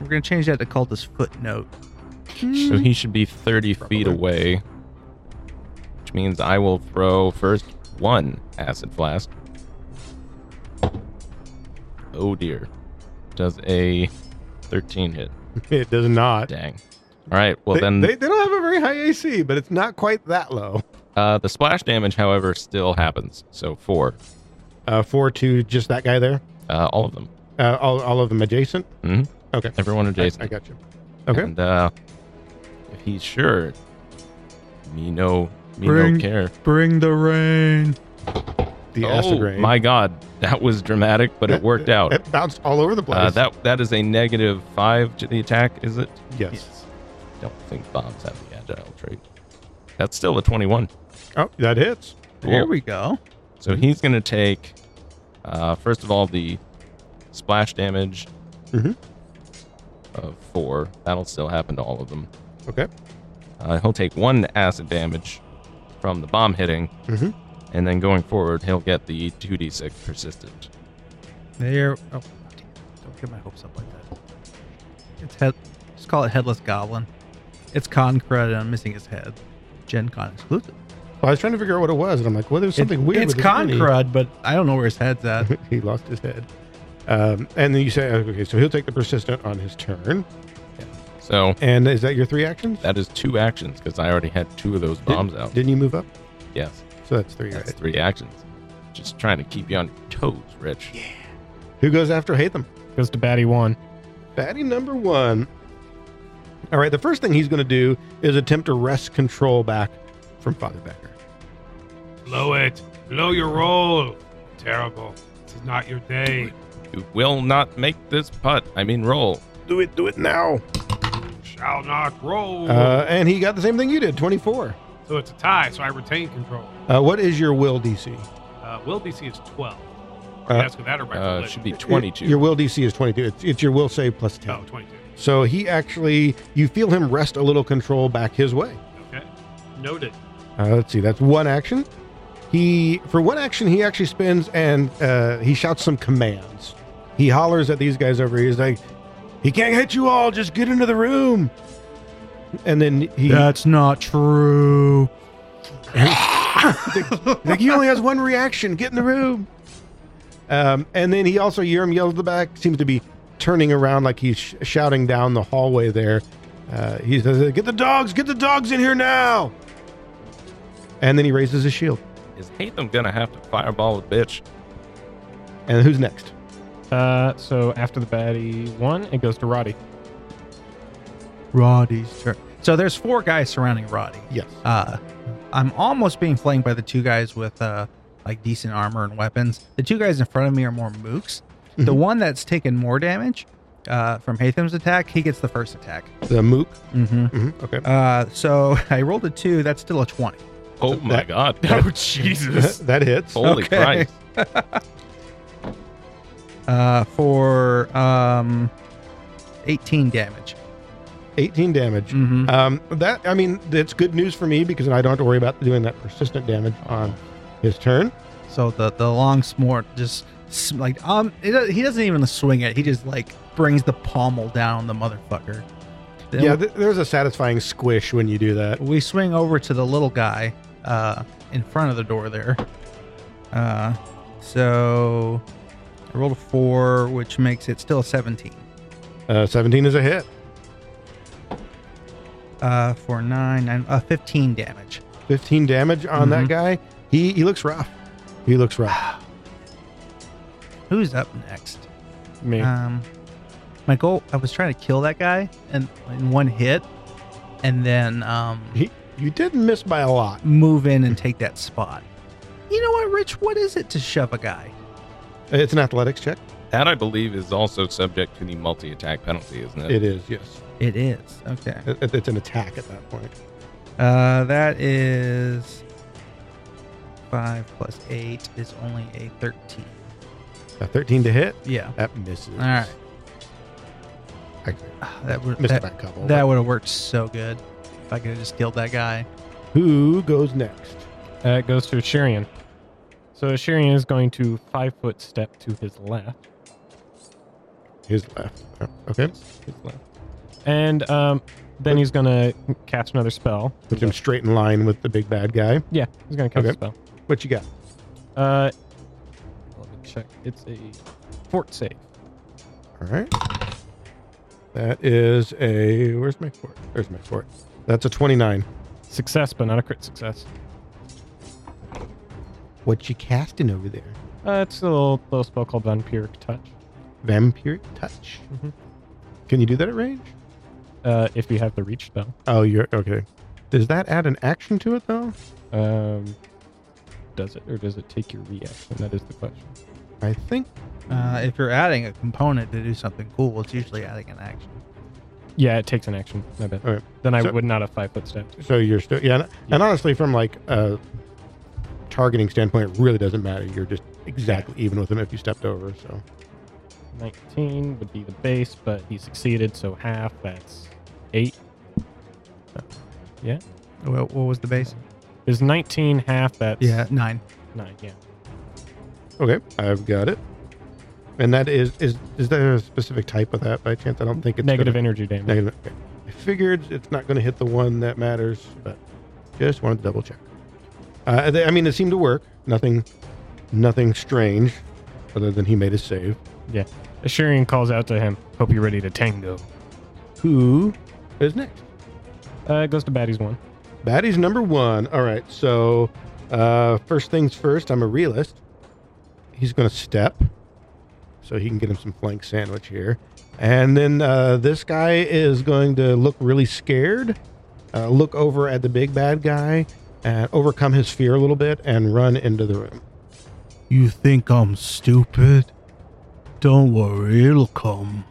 We're gonna change that to cultist footnote. So he should be 30 feet away, which means I will throw first one acid flask. Oh dear. Does a 13 hit. It does not. Dang. All right. Well, they, then they, they don't have a very high AC, but it's not quite that low. uh, the splash damage, however, still happens. So four. Uh, four to just that guy there. Uh, all of them. Uh, all, all of them adjacent. hmm Okay, Everyone adjacent. I, I got you. Okay, And uh, if he's sure, me no, me Bring- no care. Bring the rain. the oh acid rain. my god, that was dramatic, but it worked out. It bounced all over the place. Uh, that that is a negative five to the attack, is it? yes. Don't think bombs have the agile trait. That's still a twenty-one. Oh, that hits. There we go. So he's going to take, uh, first of all, the splash damage Mm-hmm. Mhm. of four. That'll still happen to all of them. Okay. Uh, he'll take one acid damage from the bomb hitting, Mm-hmm. Mhm. and then going forward, he'll get the 2d6 persistent. There. Oh, damn. don't get my hopes up like that. It's head. Let's call it headless goblin. It's con crud, and I'm missing his head. Gen con exclusive. Well, I was trying to figure out what it was, and I'm like, well, there's something It- weird. It's with his con mini. crud, but I don't know where his head's at. he lost his head. Um, and then you say, okay, so he'll take the persistent on his turn. So And is that your three actions? that is two actions because I already had two of those bombs out. Didn't you move up? Yes. So that's three. That's right? three actions. Just trying to keep you on your toes, Rich. Yeah. Who goes after Hatham? Goes to Batty one. Batty number one. All right, the first thing he's going to do is attempt to wrest control back from Father Becker. Blow it. Blow your roll. Terrible. This is not your day. You will not make this putt. I mean, roll. Do it, do it now. Shall not roll. Uh, and he got the same thing you did, 24. so it's a tie, so I retain control. Uh, what is your will DC? Uh, Will DC is 12. Uh, That's with that or by Uh, it collision. should be 22. Your will DC is 22. It's, it's your will save plus 10. Oh, 22. So he actually, you feel him wrest a little control back his way. Okay. Noted. Uh, let's see, that's one action. He, for one action, he actually spins and uh, he shouts some commands. He hollers at these guys over here. He's like, "He can't hit you all. Just get into the room." And then he, That's not true. like, he only has one reaction. Get in the room. Um, and then he also, you hear him yell at the back. Seems to be turning around like he's sh- shouting down the hallway there. Uh, he says, "Get the dogs! Get the dogs in here now!" And then he raises his shield. Is Hatham going to have to fireball a bitch? And who's next? Uh, so after the Batty one, it goes to Roddy. Roddy's turn. So there's four guys surrounding Roddy. Yes. Uh, I'm almost being flanked by the two guys with uh, like decent armor and weapons. The two guys in front of me are more mooks. The one that's taken more damage uh, from Hatham's attack, he gets the first attack. The mook. Mm-hmm. Mm-hmm. Okay. Uh, so I rolled a two. That's still a twenty. Oh my that- god. Oh Jesus! that hits. Holy Okay. Christ. Uh, for um, eighteen damage. 18 damage. Mm-hmm. Um, that I mean, that's good news for me because I don't have to worry about doing that persistent damage on his turn. So the the long smort just s- like um it, do- he doesn't even swing it. He just like brings the pommel down on the motherfucker. Then yeah, th- there's a satisfying squish when you do that. we swing over to the little guy uh in front of the door there. Uh so I rolled a 4 which makes it still a 17. Uh, 17 is a hit. Uh for 9 nine uh 15 damage. 15 damage on Mm-hmm. that guy. He he looks rough. He looks rough. Who's up next? Me. Uh, Um, my goal. I was trying to kill that guy and in one hit, and then um, He you didn't miss by a lot. move in and take that spot. You know what, Rich? What is it to shove a guy? It's an athletics check. That I believe is also subject to the multi attack penalty, isn't it? It is yes. It is okay. It- it- it's an attack at that point. Uh, that is five plus eight is only a thirteen. A 13 to hit. Yeah. That misses. All right. Ah, Actually, That would missed that, by a couple. that but- would have worked so good if I could have just killed that guy. Who goes next? Uh, it goes to Shirian. So Shirian is going to five foot step to his left, His left. Oh, Okay. and um, then he's gonna cast another spell. Put him straight in line with the big bad guy. Yeah, he's gonna cast Okay. a spell. What you got? Uh, let me check. It's a fort save. All right. That is a. Where's my fort? There's my fort. That's a 29. Success, but not a crit success. What you casting over there? Uh, it's a little, little spell called Vampiric Touch. Vampiric touch. Mhm. Can you do that at range? Uh, if you have the reach spell. Oh, you're okay. Does that add an action to it though? Um, does it or does it take your reaction? That is the question. I think. Uh, if you're adding a component to do something cool, it's usually adding an action. Yeah, it takes an action. My bad. All right. Then I So- would not have five foot stepped. So you're still yeah. And, and honestly, from like uh, targeting standpoint, it really doesn't matter. You're just exactly even with him if you stepped over. So 19 would be the base, but he succeeded, so half, that's 8. Yeah. Well, what was the base? Is 19 half, that's. Yeah, 9. 9, yeah. okay, I've got it. And that is is is there a specific type of that by chance? I don't think it's Negative gonna- energy damage. Negative. okay. I figured it's not going to hit the one that matters, but just wanted to double check. Uh, they- I mean, it seemed to work. Nothing, nothing strange, other than he made his save. Yeah. Ashurian calls out to him. Hope you're ready to tango. Who is next? Uh, it goes to Batty's one. Baddie's number one. All right, so uh, first things first. I'm a realist. He's going to step, so he can get him some flank sandwich here, and then uh, this guy is going to look really scared. Uh, look over at the big bad guy and overcome his fear a little bit and run into the room. You think I'm stupid? Don't worry, it'll come.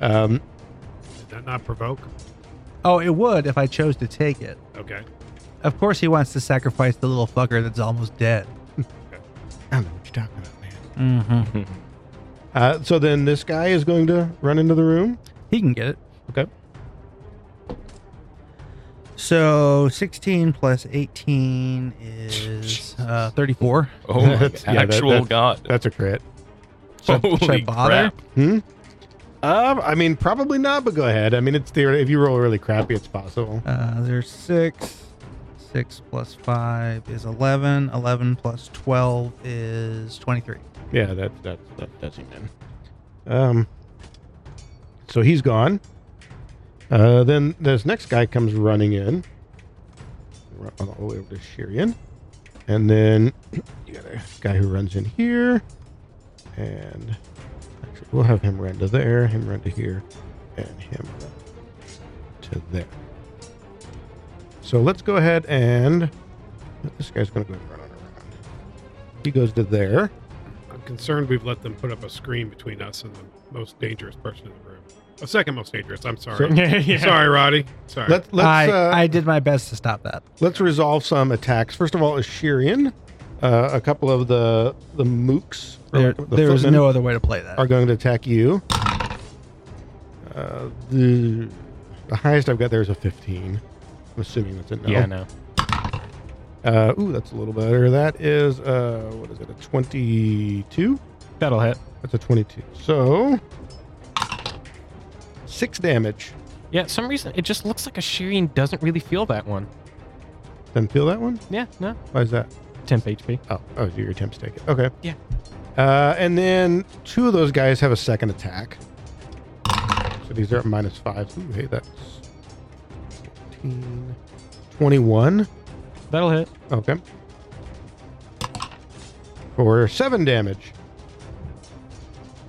um, Did that not provoke? Oh, it would if I chose to take it. Okay. Of course, he wants to sacrifice the little fucker that's almost dead. I don't know what you're talking about, man. hmm Uh, so then this guy is going to run into the room. He can get it. Okay. So 16 plus 18 is uh, 34. Oh, my actual that's- god. That's a crit. Should- should I Holy bother? crap. Hmm? Um, I mean, probably not, but go ahead. I mean, it's theory. If you roll really crappy, it's possible. Uh, there's 6. 6 plus 5 is 11. 11 plus 12 is 23. Yeah, that, that, that does him in. Um, so he's gone. Uh, then this next guy comes running in, run all the way over to Shirian, and then you got a guy who runs in here, and actually we'll have him run to there, him run to here, and him run to there. So let's go ahead and this guy's going to go ahead and run on around. He goes to there. I'm concerned we've let them put up a screen between us and the most dangerous person in the room. The second most dangerous. I'm sorry. Sure. Yeah, yeah. Sorry, Roddy. Sorry. Let, let's I, uh, I did my best to stop that. let's resolve some attacks. First of all, Ashirian, uh, a couple of the the mooks. or There- the there is footmen no other way to play that. Are going to attack you. Uh, the the highest I've got there is a fifteen. I'm assuming that's a no. Yeah, no. Uh, ooh, that's a little better. That is uh, what is it? A twenty-two. That'll hit. That's a twenty-two. So six damage. Yeah, some reason it just looks like Ashurian doesn't really feel that one. Didn't feel that one. Yeah, no. Why is that? Temp HP. Oh, oh, your temp's taken. Okay. Yeah. Uh, and then two of those guys have a second attack. So these are at minus five. Ooh, hey, that's 14, 21. That'll hit. Okay. For seven damage.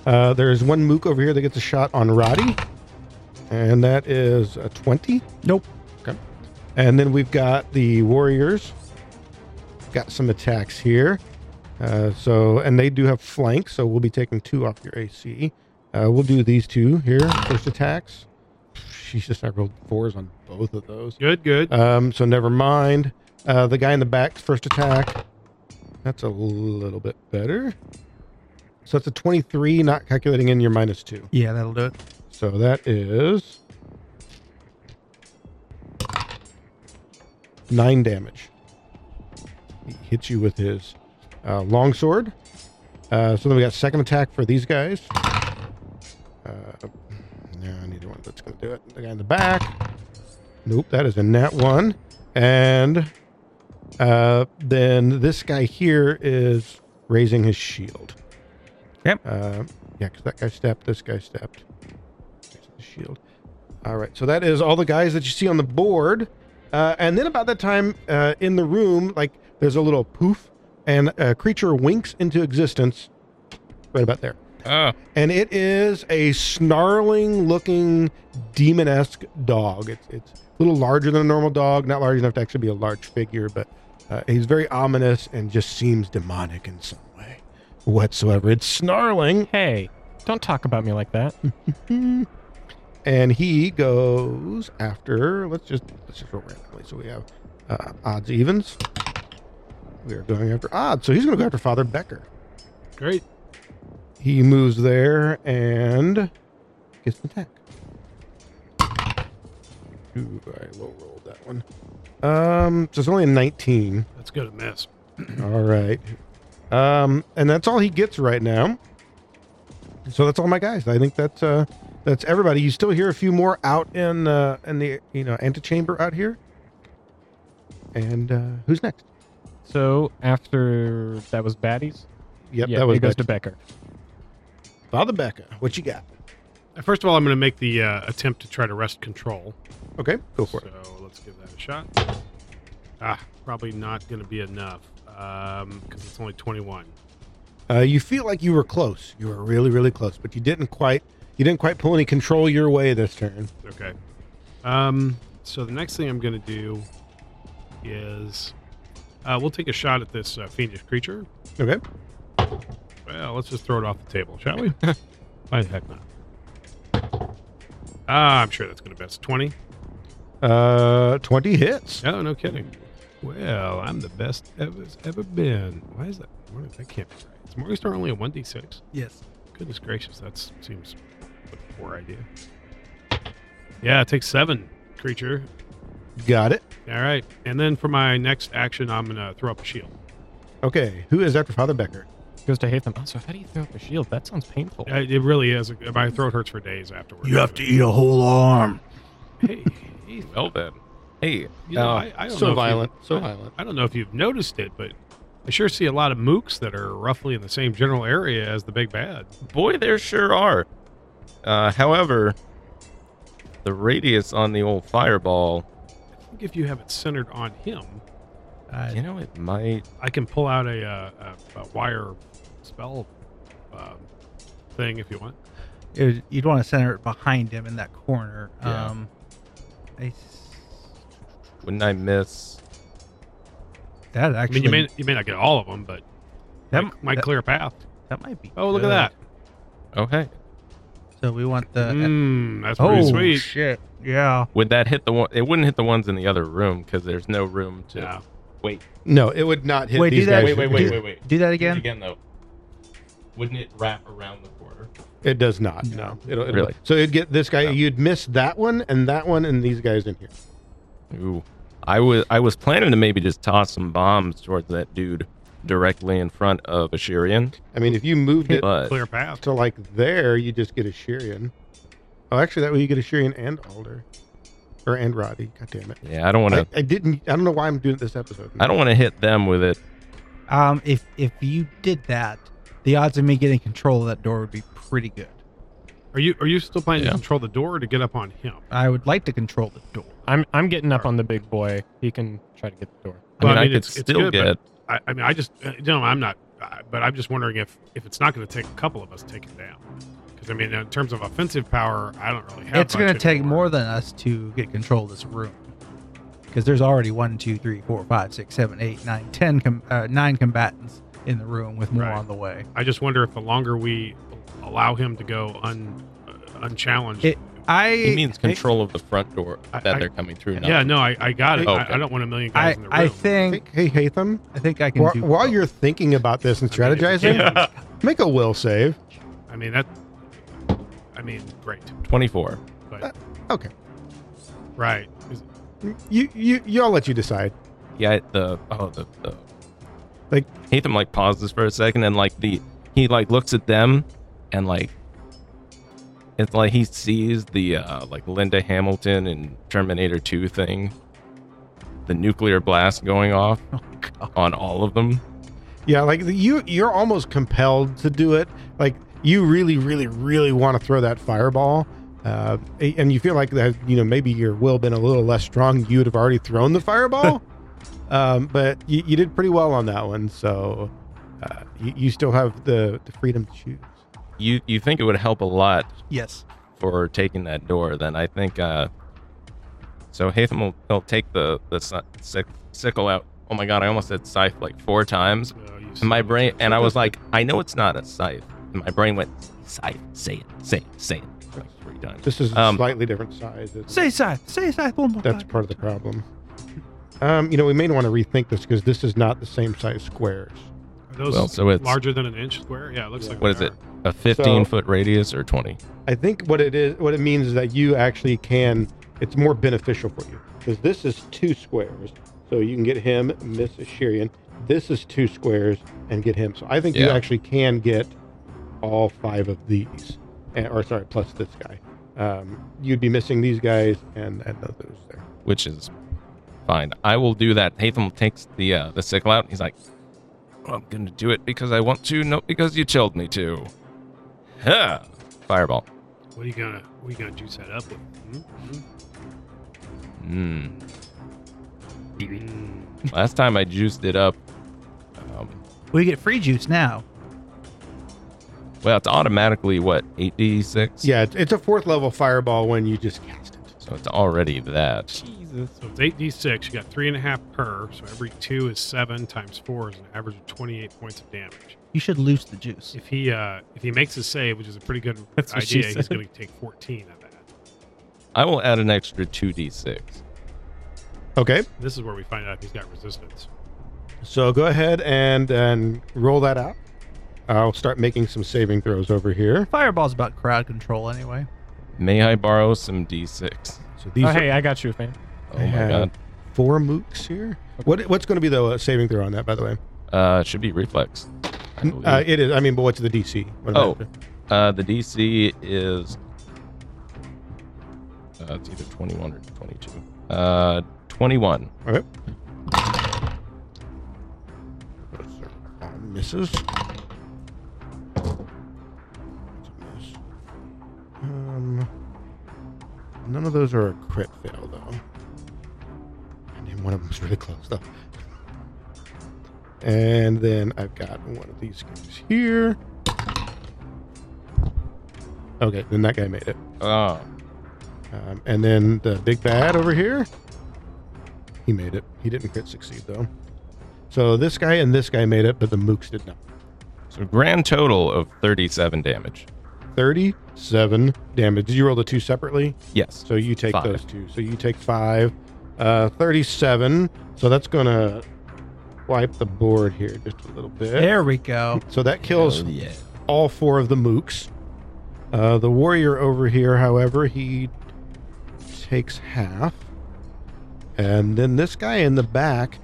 Uh, there's one mook over here that gets a shot on Roddy. And that is a 20. Nope. Okay. And then we've got the warriors. Got some attacks here. Uh, so, and they do have flank, so we'll be taking two off your AC. Uh, we'll do these two here. First attacks. Jesus, I rolled fours on both of those. Good, good. Um, so never mind. Uh, the guy in the back, first attack. That's a little bit better. So that's a 23, not calculating in your minus two. Yeah, that'll do it. So that is nine damage. He hits you with his uh, longsword. Uh, so then we got second attack for these guys. Uh, no, neither one that's going to do it. The guy in the back. Nope, that is a nat one. And uh, then this guy here is raising his shield. Yep. Uh, yeah, because that guy stepped, this guy stepped. Raising the shield. All right, so that is all the guys that you see on the board. Uh, and then about that time uh, in the room, like there's a little poof, and a creature winks into existence right about there. Oh. And it is a snarling looking demon esque dog. It's, it's a little larger than a normal dog, not large enough to actually be a large figure, but uh, he's very ominous and just seems demonic in some way whatsoever. It's snarling. Hey, don't talk about me like that. and he goes after. Let's just let's just roll randomly. So we have uh, odds evens. We are going after Odd. So he's going to go after Father Becker. Great. He moves there and gets an attack. Ooh, I will roll that one. Um, so it's only a 19. That's good at miss. All right. Um, and that's all he gets right now. So that's all my guys. I think that's uh that's everybody. You still hear a few more out in uh in the you know antechamber out here. And uh who's next? So after that was Baddies. Yep, that was it goes to Becker. Becker. Father Becca, what you got? Uh, First of all, I'm going to make the uh, attempt to try to wrest control. Okay, go for so let's give that a shot. Ah, probably not going to be enough because it's only 21. it. Uh, you feel like you were close. You were really really close, but you didn't quite you didn't quite pull any control your way this turn. Okay. Um, so the next thing I'm going to do is uh, we'll take a shot at this uh, fiendish creature. Okay. Well, let's just throw it off the table, shall we? Why the heck not? Ah, I'm sure that's going to best 20. Uh 20 hits. Oh, no kidding. Well, I'm the best ever ever been. Why is that? Why, that can't be right. Is Morningstar only a 1d6? Yes. Goodness gracious, that seems like a poor idea. Yeah, it takes seven, creature. Got it. All right. And then for my next action, I'm going to throw up a shield. Okay, who is after Father Becker? Goes to hate them. Also, how do you throw up a shield? That sounds painful. Uh, It really is. My throat hurts for days afterwards. You have to eat a whole arm. Hey, Ethan. Well then. Hey, You know, uh, I, I don't so know if you- violent, so I- violent. I don't know if you've noticed it, but I sure see a lot of mooks that are roughly in the same general area as the big bad. boy, there sure are. Uh, however, the radius on the old fireball, I think if you have it centered on him, uh, you know, it might. I can pull out a, uh, a, a wire spell uh, thing if you want. It- you'd want to center it behind him in that corner. Yeah. Um, I s- Wouldn't I miss? that I actually mean, you may you may not get all of them, but that, might, might that- clear a path. that might be. Oh, look good. at Okay. So we want the. that! Mm, that's pretty Uh, oh sweet. shit! Yeah. Would that hit the one? It wouldn't hit the ones in the other room because there's no room to. No. Wait, No, it would not hit Wait, do these that- guys. Wait, wait, wait, It- wait. Do that again. Again though, wouldn't it wrap around the corner? It does not. No. It'll, it'll- Really? So it'd get this guy. No. You'd miss that one and that one and these guys in here. Ooh, I was I was planning to maybe just toss some bombs towards that dude directly in front of Ashirian, I mean, if you moved it but Clear a path. to like there, you just get a Shirian. Oh, actually, that way you get a Shirian and Alder, or and Roddy. God damn it! yeah, I don't want I, to. I didn't. I don't know why I'm doing it this episode. I don't want to hit them with it. Um, if if you did that, the odds of me getting control of that door would be pretty good. Are you are you still planning Yeah. to control the door or to get up on him? I would like to control the door. I'm I'm getting up on the big boy. He can try to get the door. I mean, Well, I I, mean, could it's- it's still good, but- get. I, I mean, I just uh, no, I'm not. I- But I'm just wondering if if it's not going to take a couple of us to take it down. Because I mean, in terms of offensive power, I don't really have. It's going to much take anymore. more than us to get control of this room. Because there's already one, two, three, four, five, six, seven, eight, nine, ten, com- uh, nine combatants in the room with more Right. on the way. I just wonder if the longer we allow him to go un uh, unchallenged. It- I He means control of the front door I- that I- they're coming through now. yeah, no, I, I got it. Okay. I, I don't want a million guys Oh, I, in the room. I think Think, hey, Hatham. I think I can While, do while both. you're thinking about this and I mean, if you strategizing, can- make a will save. I mean that. I mean, great, twenty-four. but Uh, okay. right. Is- You, you, you. I'll let you decide. Yeah, the oh the, the Like- Hatham like pauses for a second and like the he like looks at them and like it's like he sees the uh like Linda Hamilton and Terminator 2 thing. The nuclear blast going off Oh, on all of them. Yeah, like the- you, you're almost compelled to do it. Like you really, really, really want to throw that fireball, uh, a- and you feel like that. You know, maybe your will been a little less strong, you would have already thrown the fireball. um, but you, you did pretty well on that one, so uh, you, you still have the, the freedom to choose. You you think it would help a lot yes, for taking that door, then I think uh so Hatham will he'll take the the si- sick, sickle out. Oh my god, I almost said scythe like four times. uh, you And my said- brain, and I was like, I know it's not a scythe. And my brain went, scythe, say it, say it, say it. Like three times. This is a Um, slightly different size. It's- say scythe, say scythe one more that's time. part of the problem. Um, you know, we may want to rethink this because this is not the same size squares. Are those Well, so it's- larger than an inch square? Yeah, it looks like What they is it? are. A 15 So- foot radius or 20? I think what it is, what it means is that you actually can. It's more beneficial for you because this is two squares, so you can get him, Mrs. Shirian. This is two squares and get him. So I think you Yeah. actually can get all five of these, and, or sorry, plus this guy. Um, you'd be missing these guys and, and others there. which is fine. I will do that. Hatham takes the uh, the sickle out. He's like, I'm gonna do it because I want to, not because you told me to. Huh. Fireball. What are you gonna What are you gonna juice that up with? Hmm? Mm. Last time I juiced it up. Um, We get free juice now. well, it's automatically what 8d6, Yeah, it's, it's a fourth level fireball when you just cast it. so it's already that. Jesus. So it's eight d six. You got three and a half per. So every two is seven times four is an average of twenty eight points of damage. You should lose the juice. If he uh, if he makes a save, which is a pretty good That's what she idea, he's said. going to take fourteen of that. I will add an extra 2d6. Okay, This is where we find out if he's got resistance. so go ahead and and roll that out. I'll start making some saving throws over here. Fireball's about crowd control anyway. May I borrow some d6? So these. oh, are- hey, I got you, man. Oh I my have god. Four mooks here. What what's going to be the uh, saving throw on that? By the way, Uh, it should be reflex. I believe. uh, it is. I mean, but what's the DC? What am I- Oh, uh, the DC is uh, it's either 21 or 22. Uh, 21. all right. Uh, Misses. That's a miss. Um, none of those are a crit fail though. And then one of them's really close though. And then I've got one of these guys here. Okay, then that guy made it. Oh, Um, and then the big bad over here, he made it. He didn't crit succeed though. So this guy and this guy made it, but the mooks did not. so grand total of 37 damage. 37 damage. Did you roll the two separately? Yes. So you take Five. those two. So you take five. Uh, 37. So that's going to wipe the board here just a little bit. There we go. So that kills Oh, yeah. all four of the mooks. Uh, the warrior over here, however, he takes half. And then this guy in the back,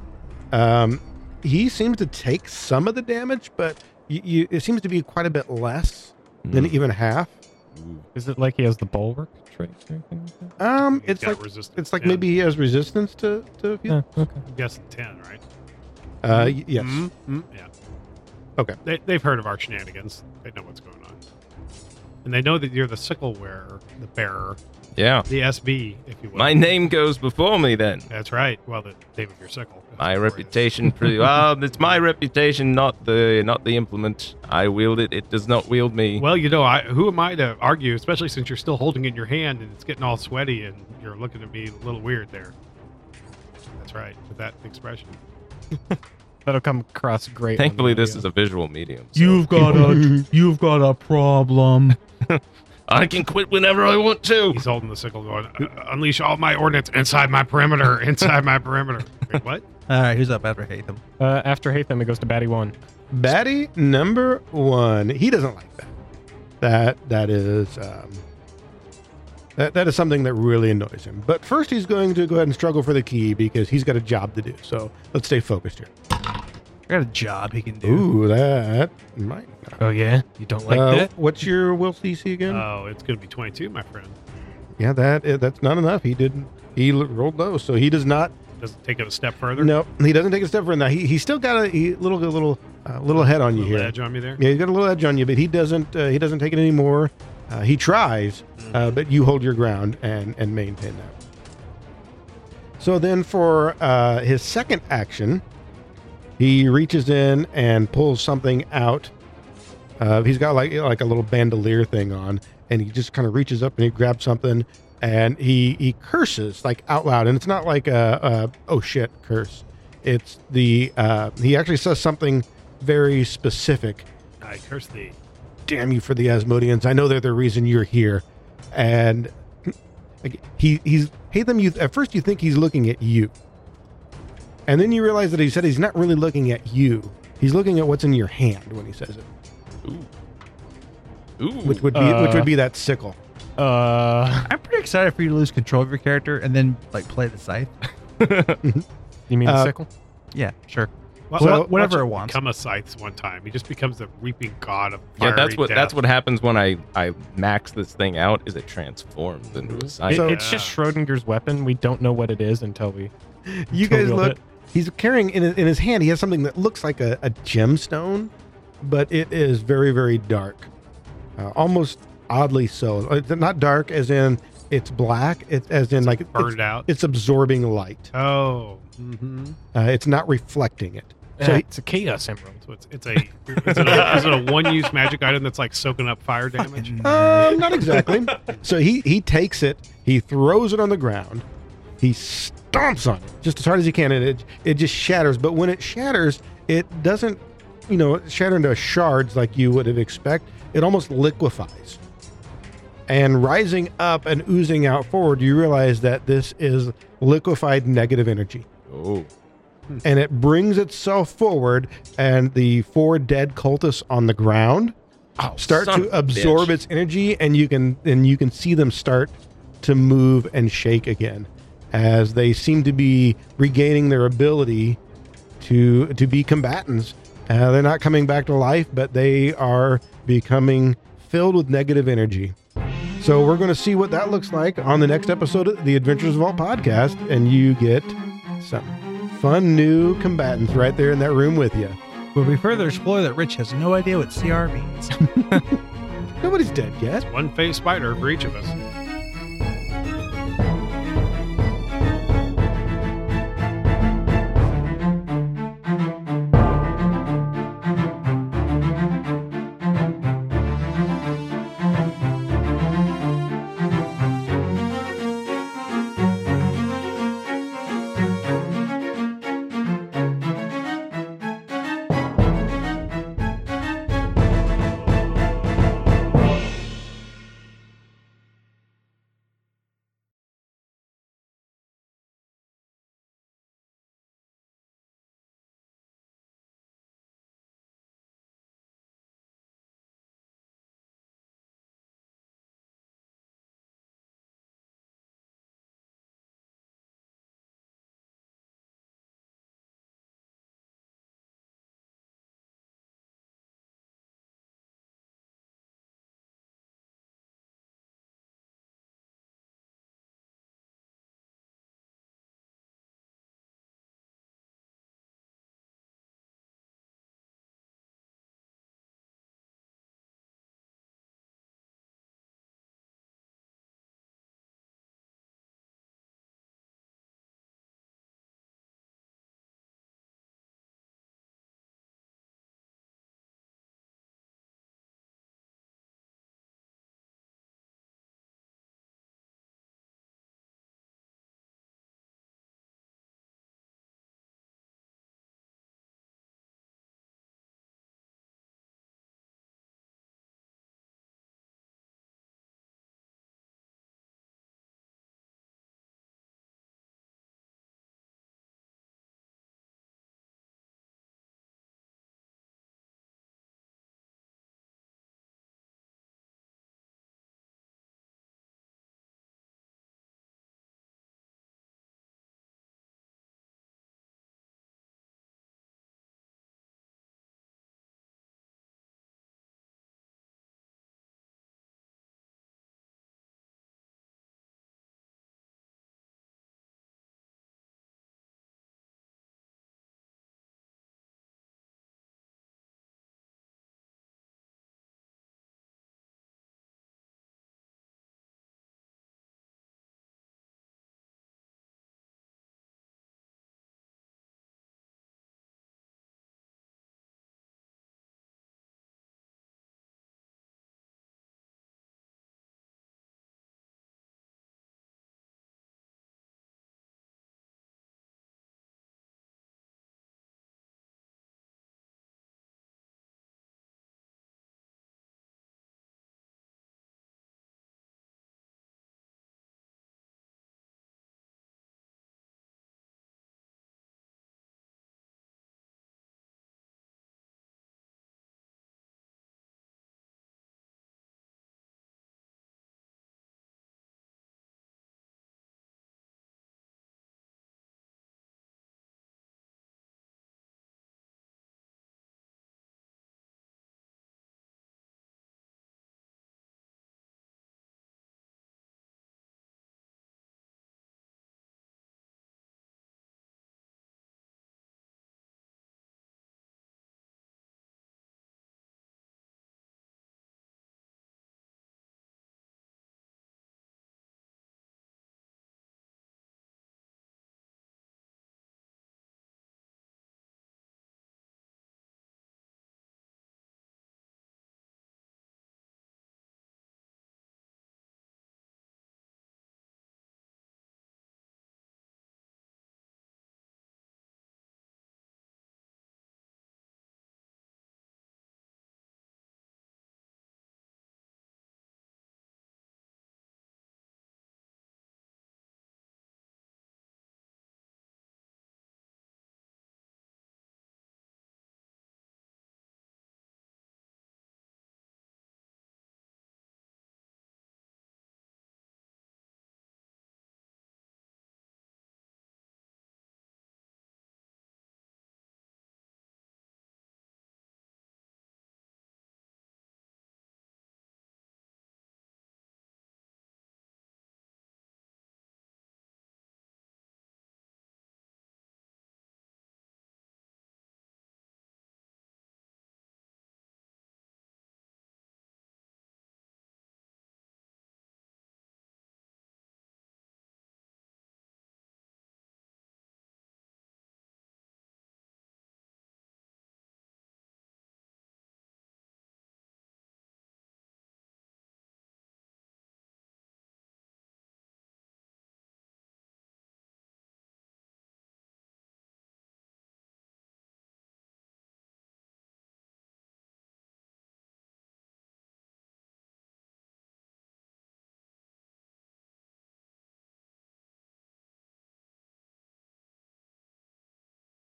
um, he seems to take some of the damage, but y you, it seems to be quite a bit less than Mm. even half. Is it like he has the bulwark trait or anything like that? Um, He's it's got like resistance. it's like 10. maybe he has resistance to to. a few- Yeah, okay. I'm guessing ten, right? Uh, y- yes. Hmm? Mhm, mhm, Yeah. Okay. They, they've heard of our shenanigans. They know what's going on, and they know that you're the sickle wearer, the bearer, Hmm. Yeah. the SB, if you will. My name goes before me then. That's right. Well, the name of your sickle. My reputation pretty well, it's my reputation, not the not the implement. I wield it, it does not wield me. Well, you know, I, who am I to argue, especially since you're still holding it in your hand and it's getting all sweaty and you're looking at me a little weird there. That's right, with that expression. That'll come across great. on Thankfully the this audio. is a visual medium. so- You've got a you've got a problem. I can quit whenever I want to. He's holding the sickle going, "Uh, unleash all my ordnance inside my perimeter, inside my perimeter. Wait, what? All right, who's up after Hatham? Uh, after Hatham, it goes to Batty 1. Batty number one. He doesn't like that. That that is um, that that is something that really annoys him. But first, he's going to go ahead and struggle for the key because he's got a job to do. So let's stay focused here. I got a job he can do. Ooh, that might. Not. Oh, yeah? You don't like Uh, that? Uh. What's your will DC again? Oh, it's going to be 22, my friend. yeah, that eh, that's not enough. He didn't. He l- rolled low, so he does not. Doesn't take it a step further. No, he doesn't take a step further. Now he, he's still got a he, little little uh, little head on you Little here. edge on me there. Yeah, he's got a little edge on you, but he doesn't. Uh, he doesn't take it anymore. Uh, he tries, uh, but you hold your ground and and maintain that. So then, for uh, his second action, he reaches in and pulls something out. Uh, he's got like like a little bandolier thing on, and he just kind of reaches up and he grabs something, and he he curses like out loud, and it's not like a, a oh shit curse. It's the uh, he actually says something very specific. I curse thee. Damn you for the Asmodians! I know they're the reason you're here, and like, he he's hate them. You at first you think he's looking at you, And then you realize that he said he's not really looking at you. He's looking at what's in your hand when he says it. Ooh. Which would be which would be that sickle. Uh, I'm pretty excited for you to lose control of your character and then like play the scythe. You mean Uh, the sickle? Yeah, sure. Well, So, well, whatever it watch him wants. Become a scythe one time. He just becomes the reaping god of Yeah, fiery that's what death. that's what happens when I I max this thing out. Is it transforms into a It- scythe? So- it's just Schrodinger's weapon. We don't know what it is until we. You Until guys we look. it. He's carrying in, in his hand. He has something that looks like a, a gemstone, but it is very very dark, uh, almost oddly so. Uh, Not dark as in it's black. It as in like it's, burned out. it's absorbing light. oh, mm-hmm. Uh, it's not reflecting it. Ah, So he- it's a chaos emerald. so it's it's a is it a, is it a one use magic item that's like soaking up fire damage? Um, not exactly. so he he takes it, he throws it on the ground, he stomps on it just as hard as he can, and it it just shatters. But when it shatters, it doesn't, you know, shatter into shards like you would have expect. It almost liquefies. And rising up and oozing out forward, you realize that this is liquefied negative energy. oh, And it brings itself forward, and the four dead cultists on the ground oh, start son of to a absorb bitch. its energy and you can and you can see them start to move and shake again as they seem to be regaining their ability to to be combatants uh, they're not coming back to life but they are becoming filled with negative energy so we're going to see what that looks like on the next episode of the adventures of all podcast and you get some fun new combatants right there in that room with you Where we further explore that Rich has no idea what CR means. nobody's dead yet One phase spider for each of us.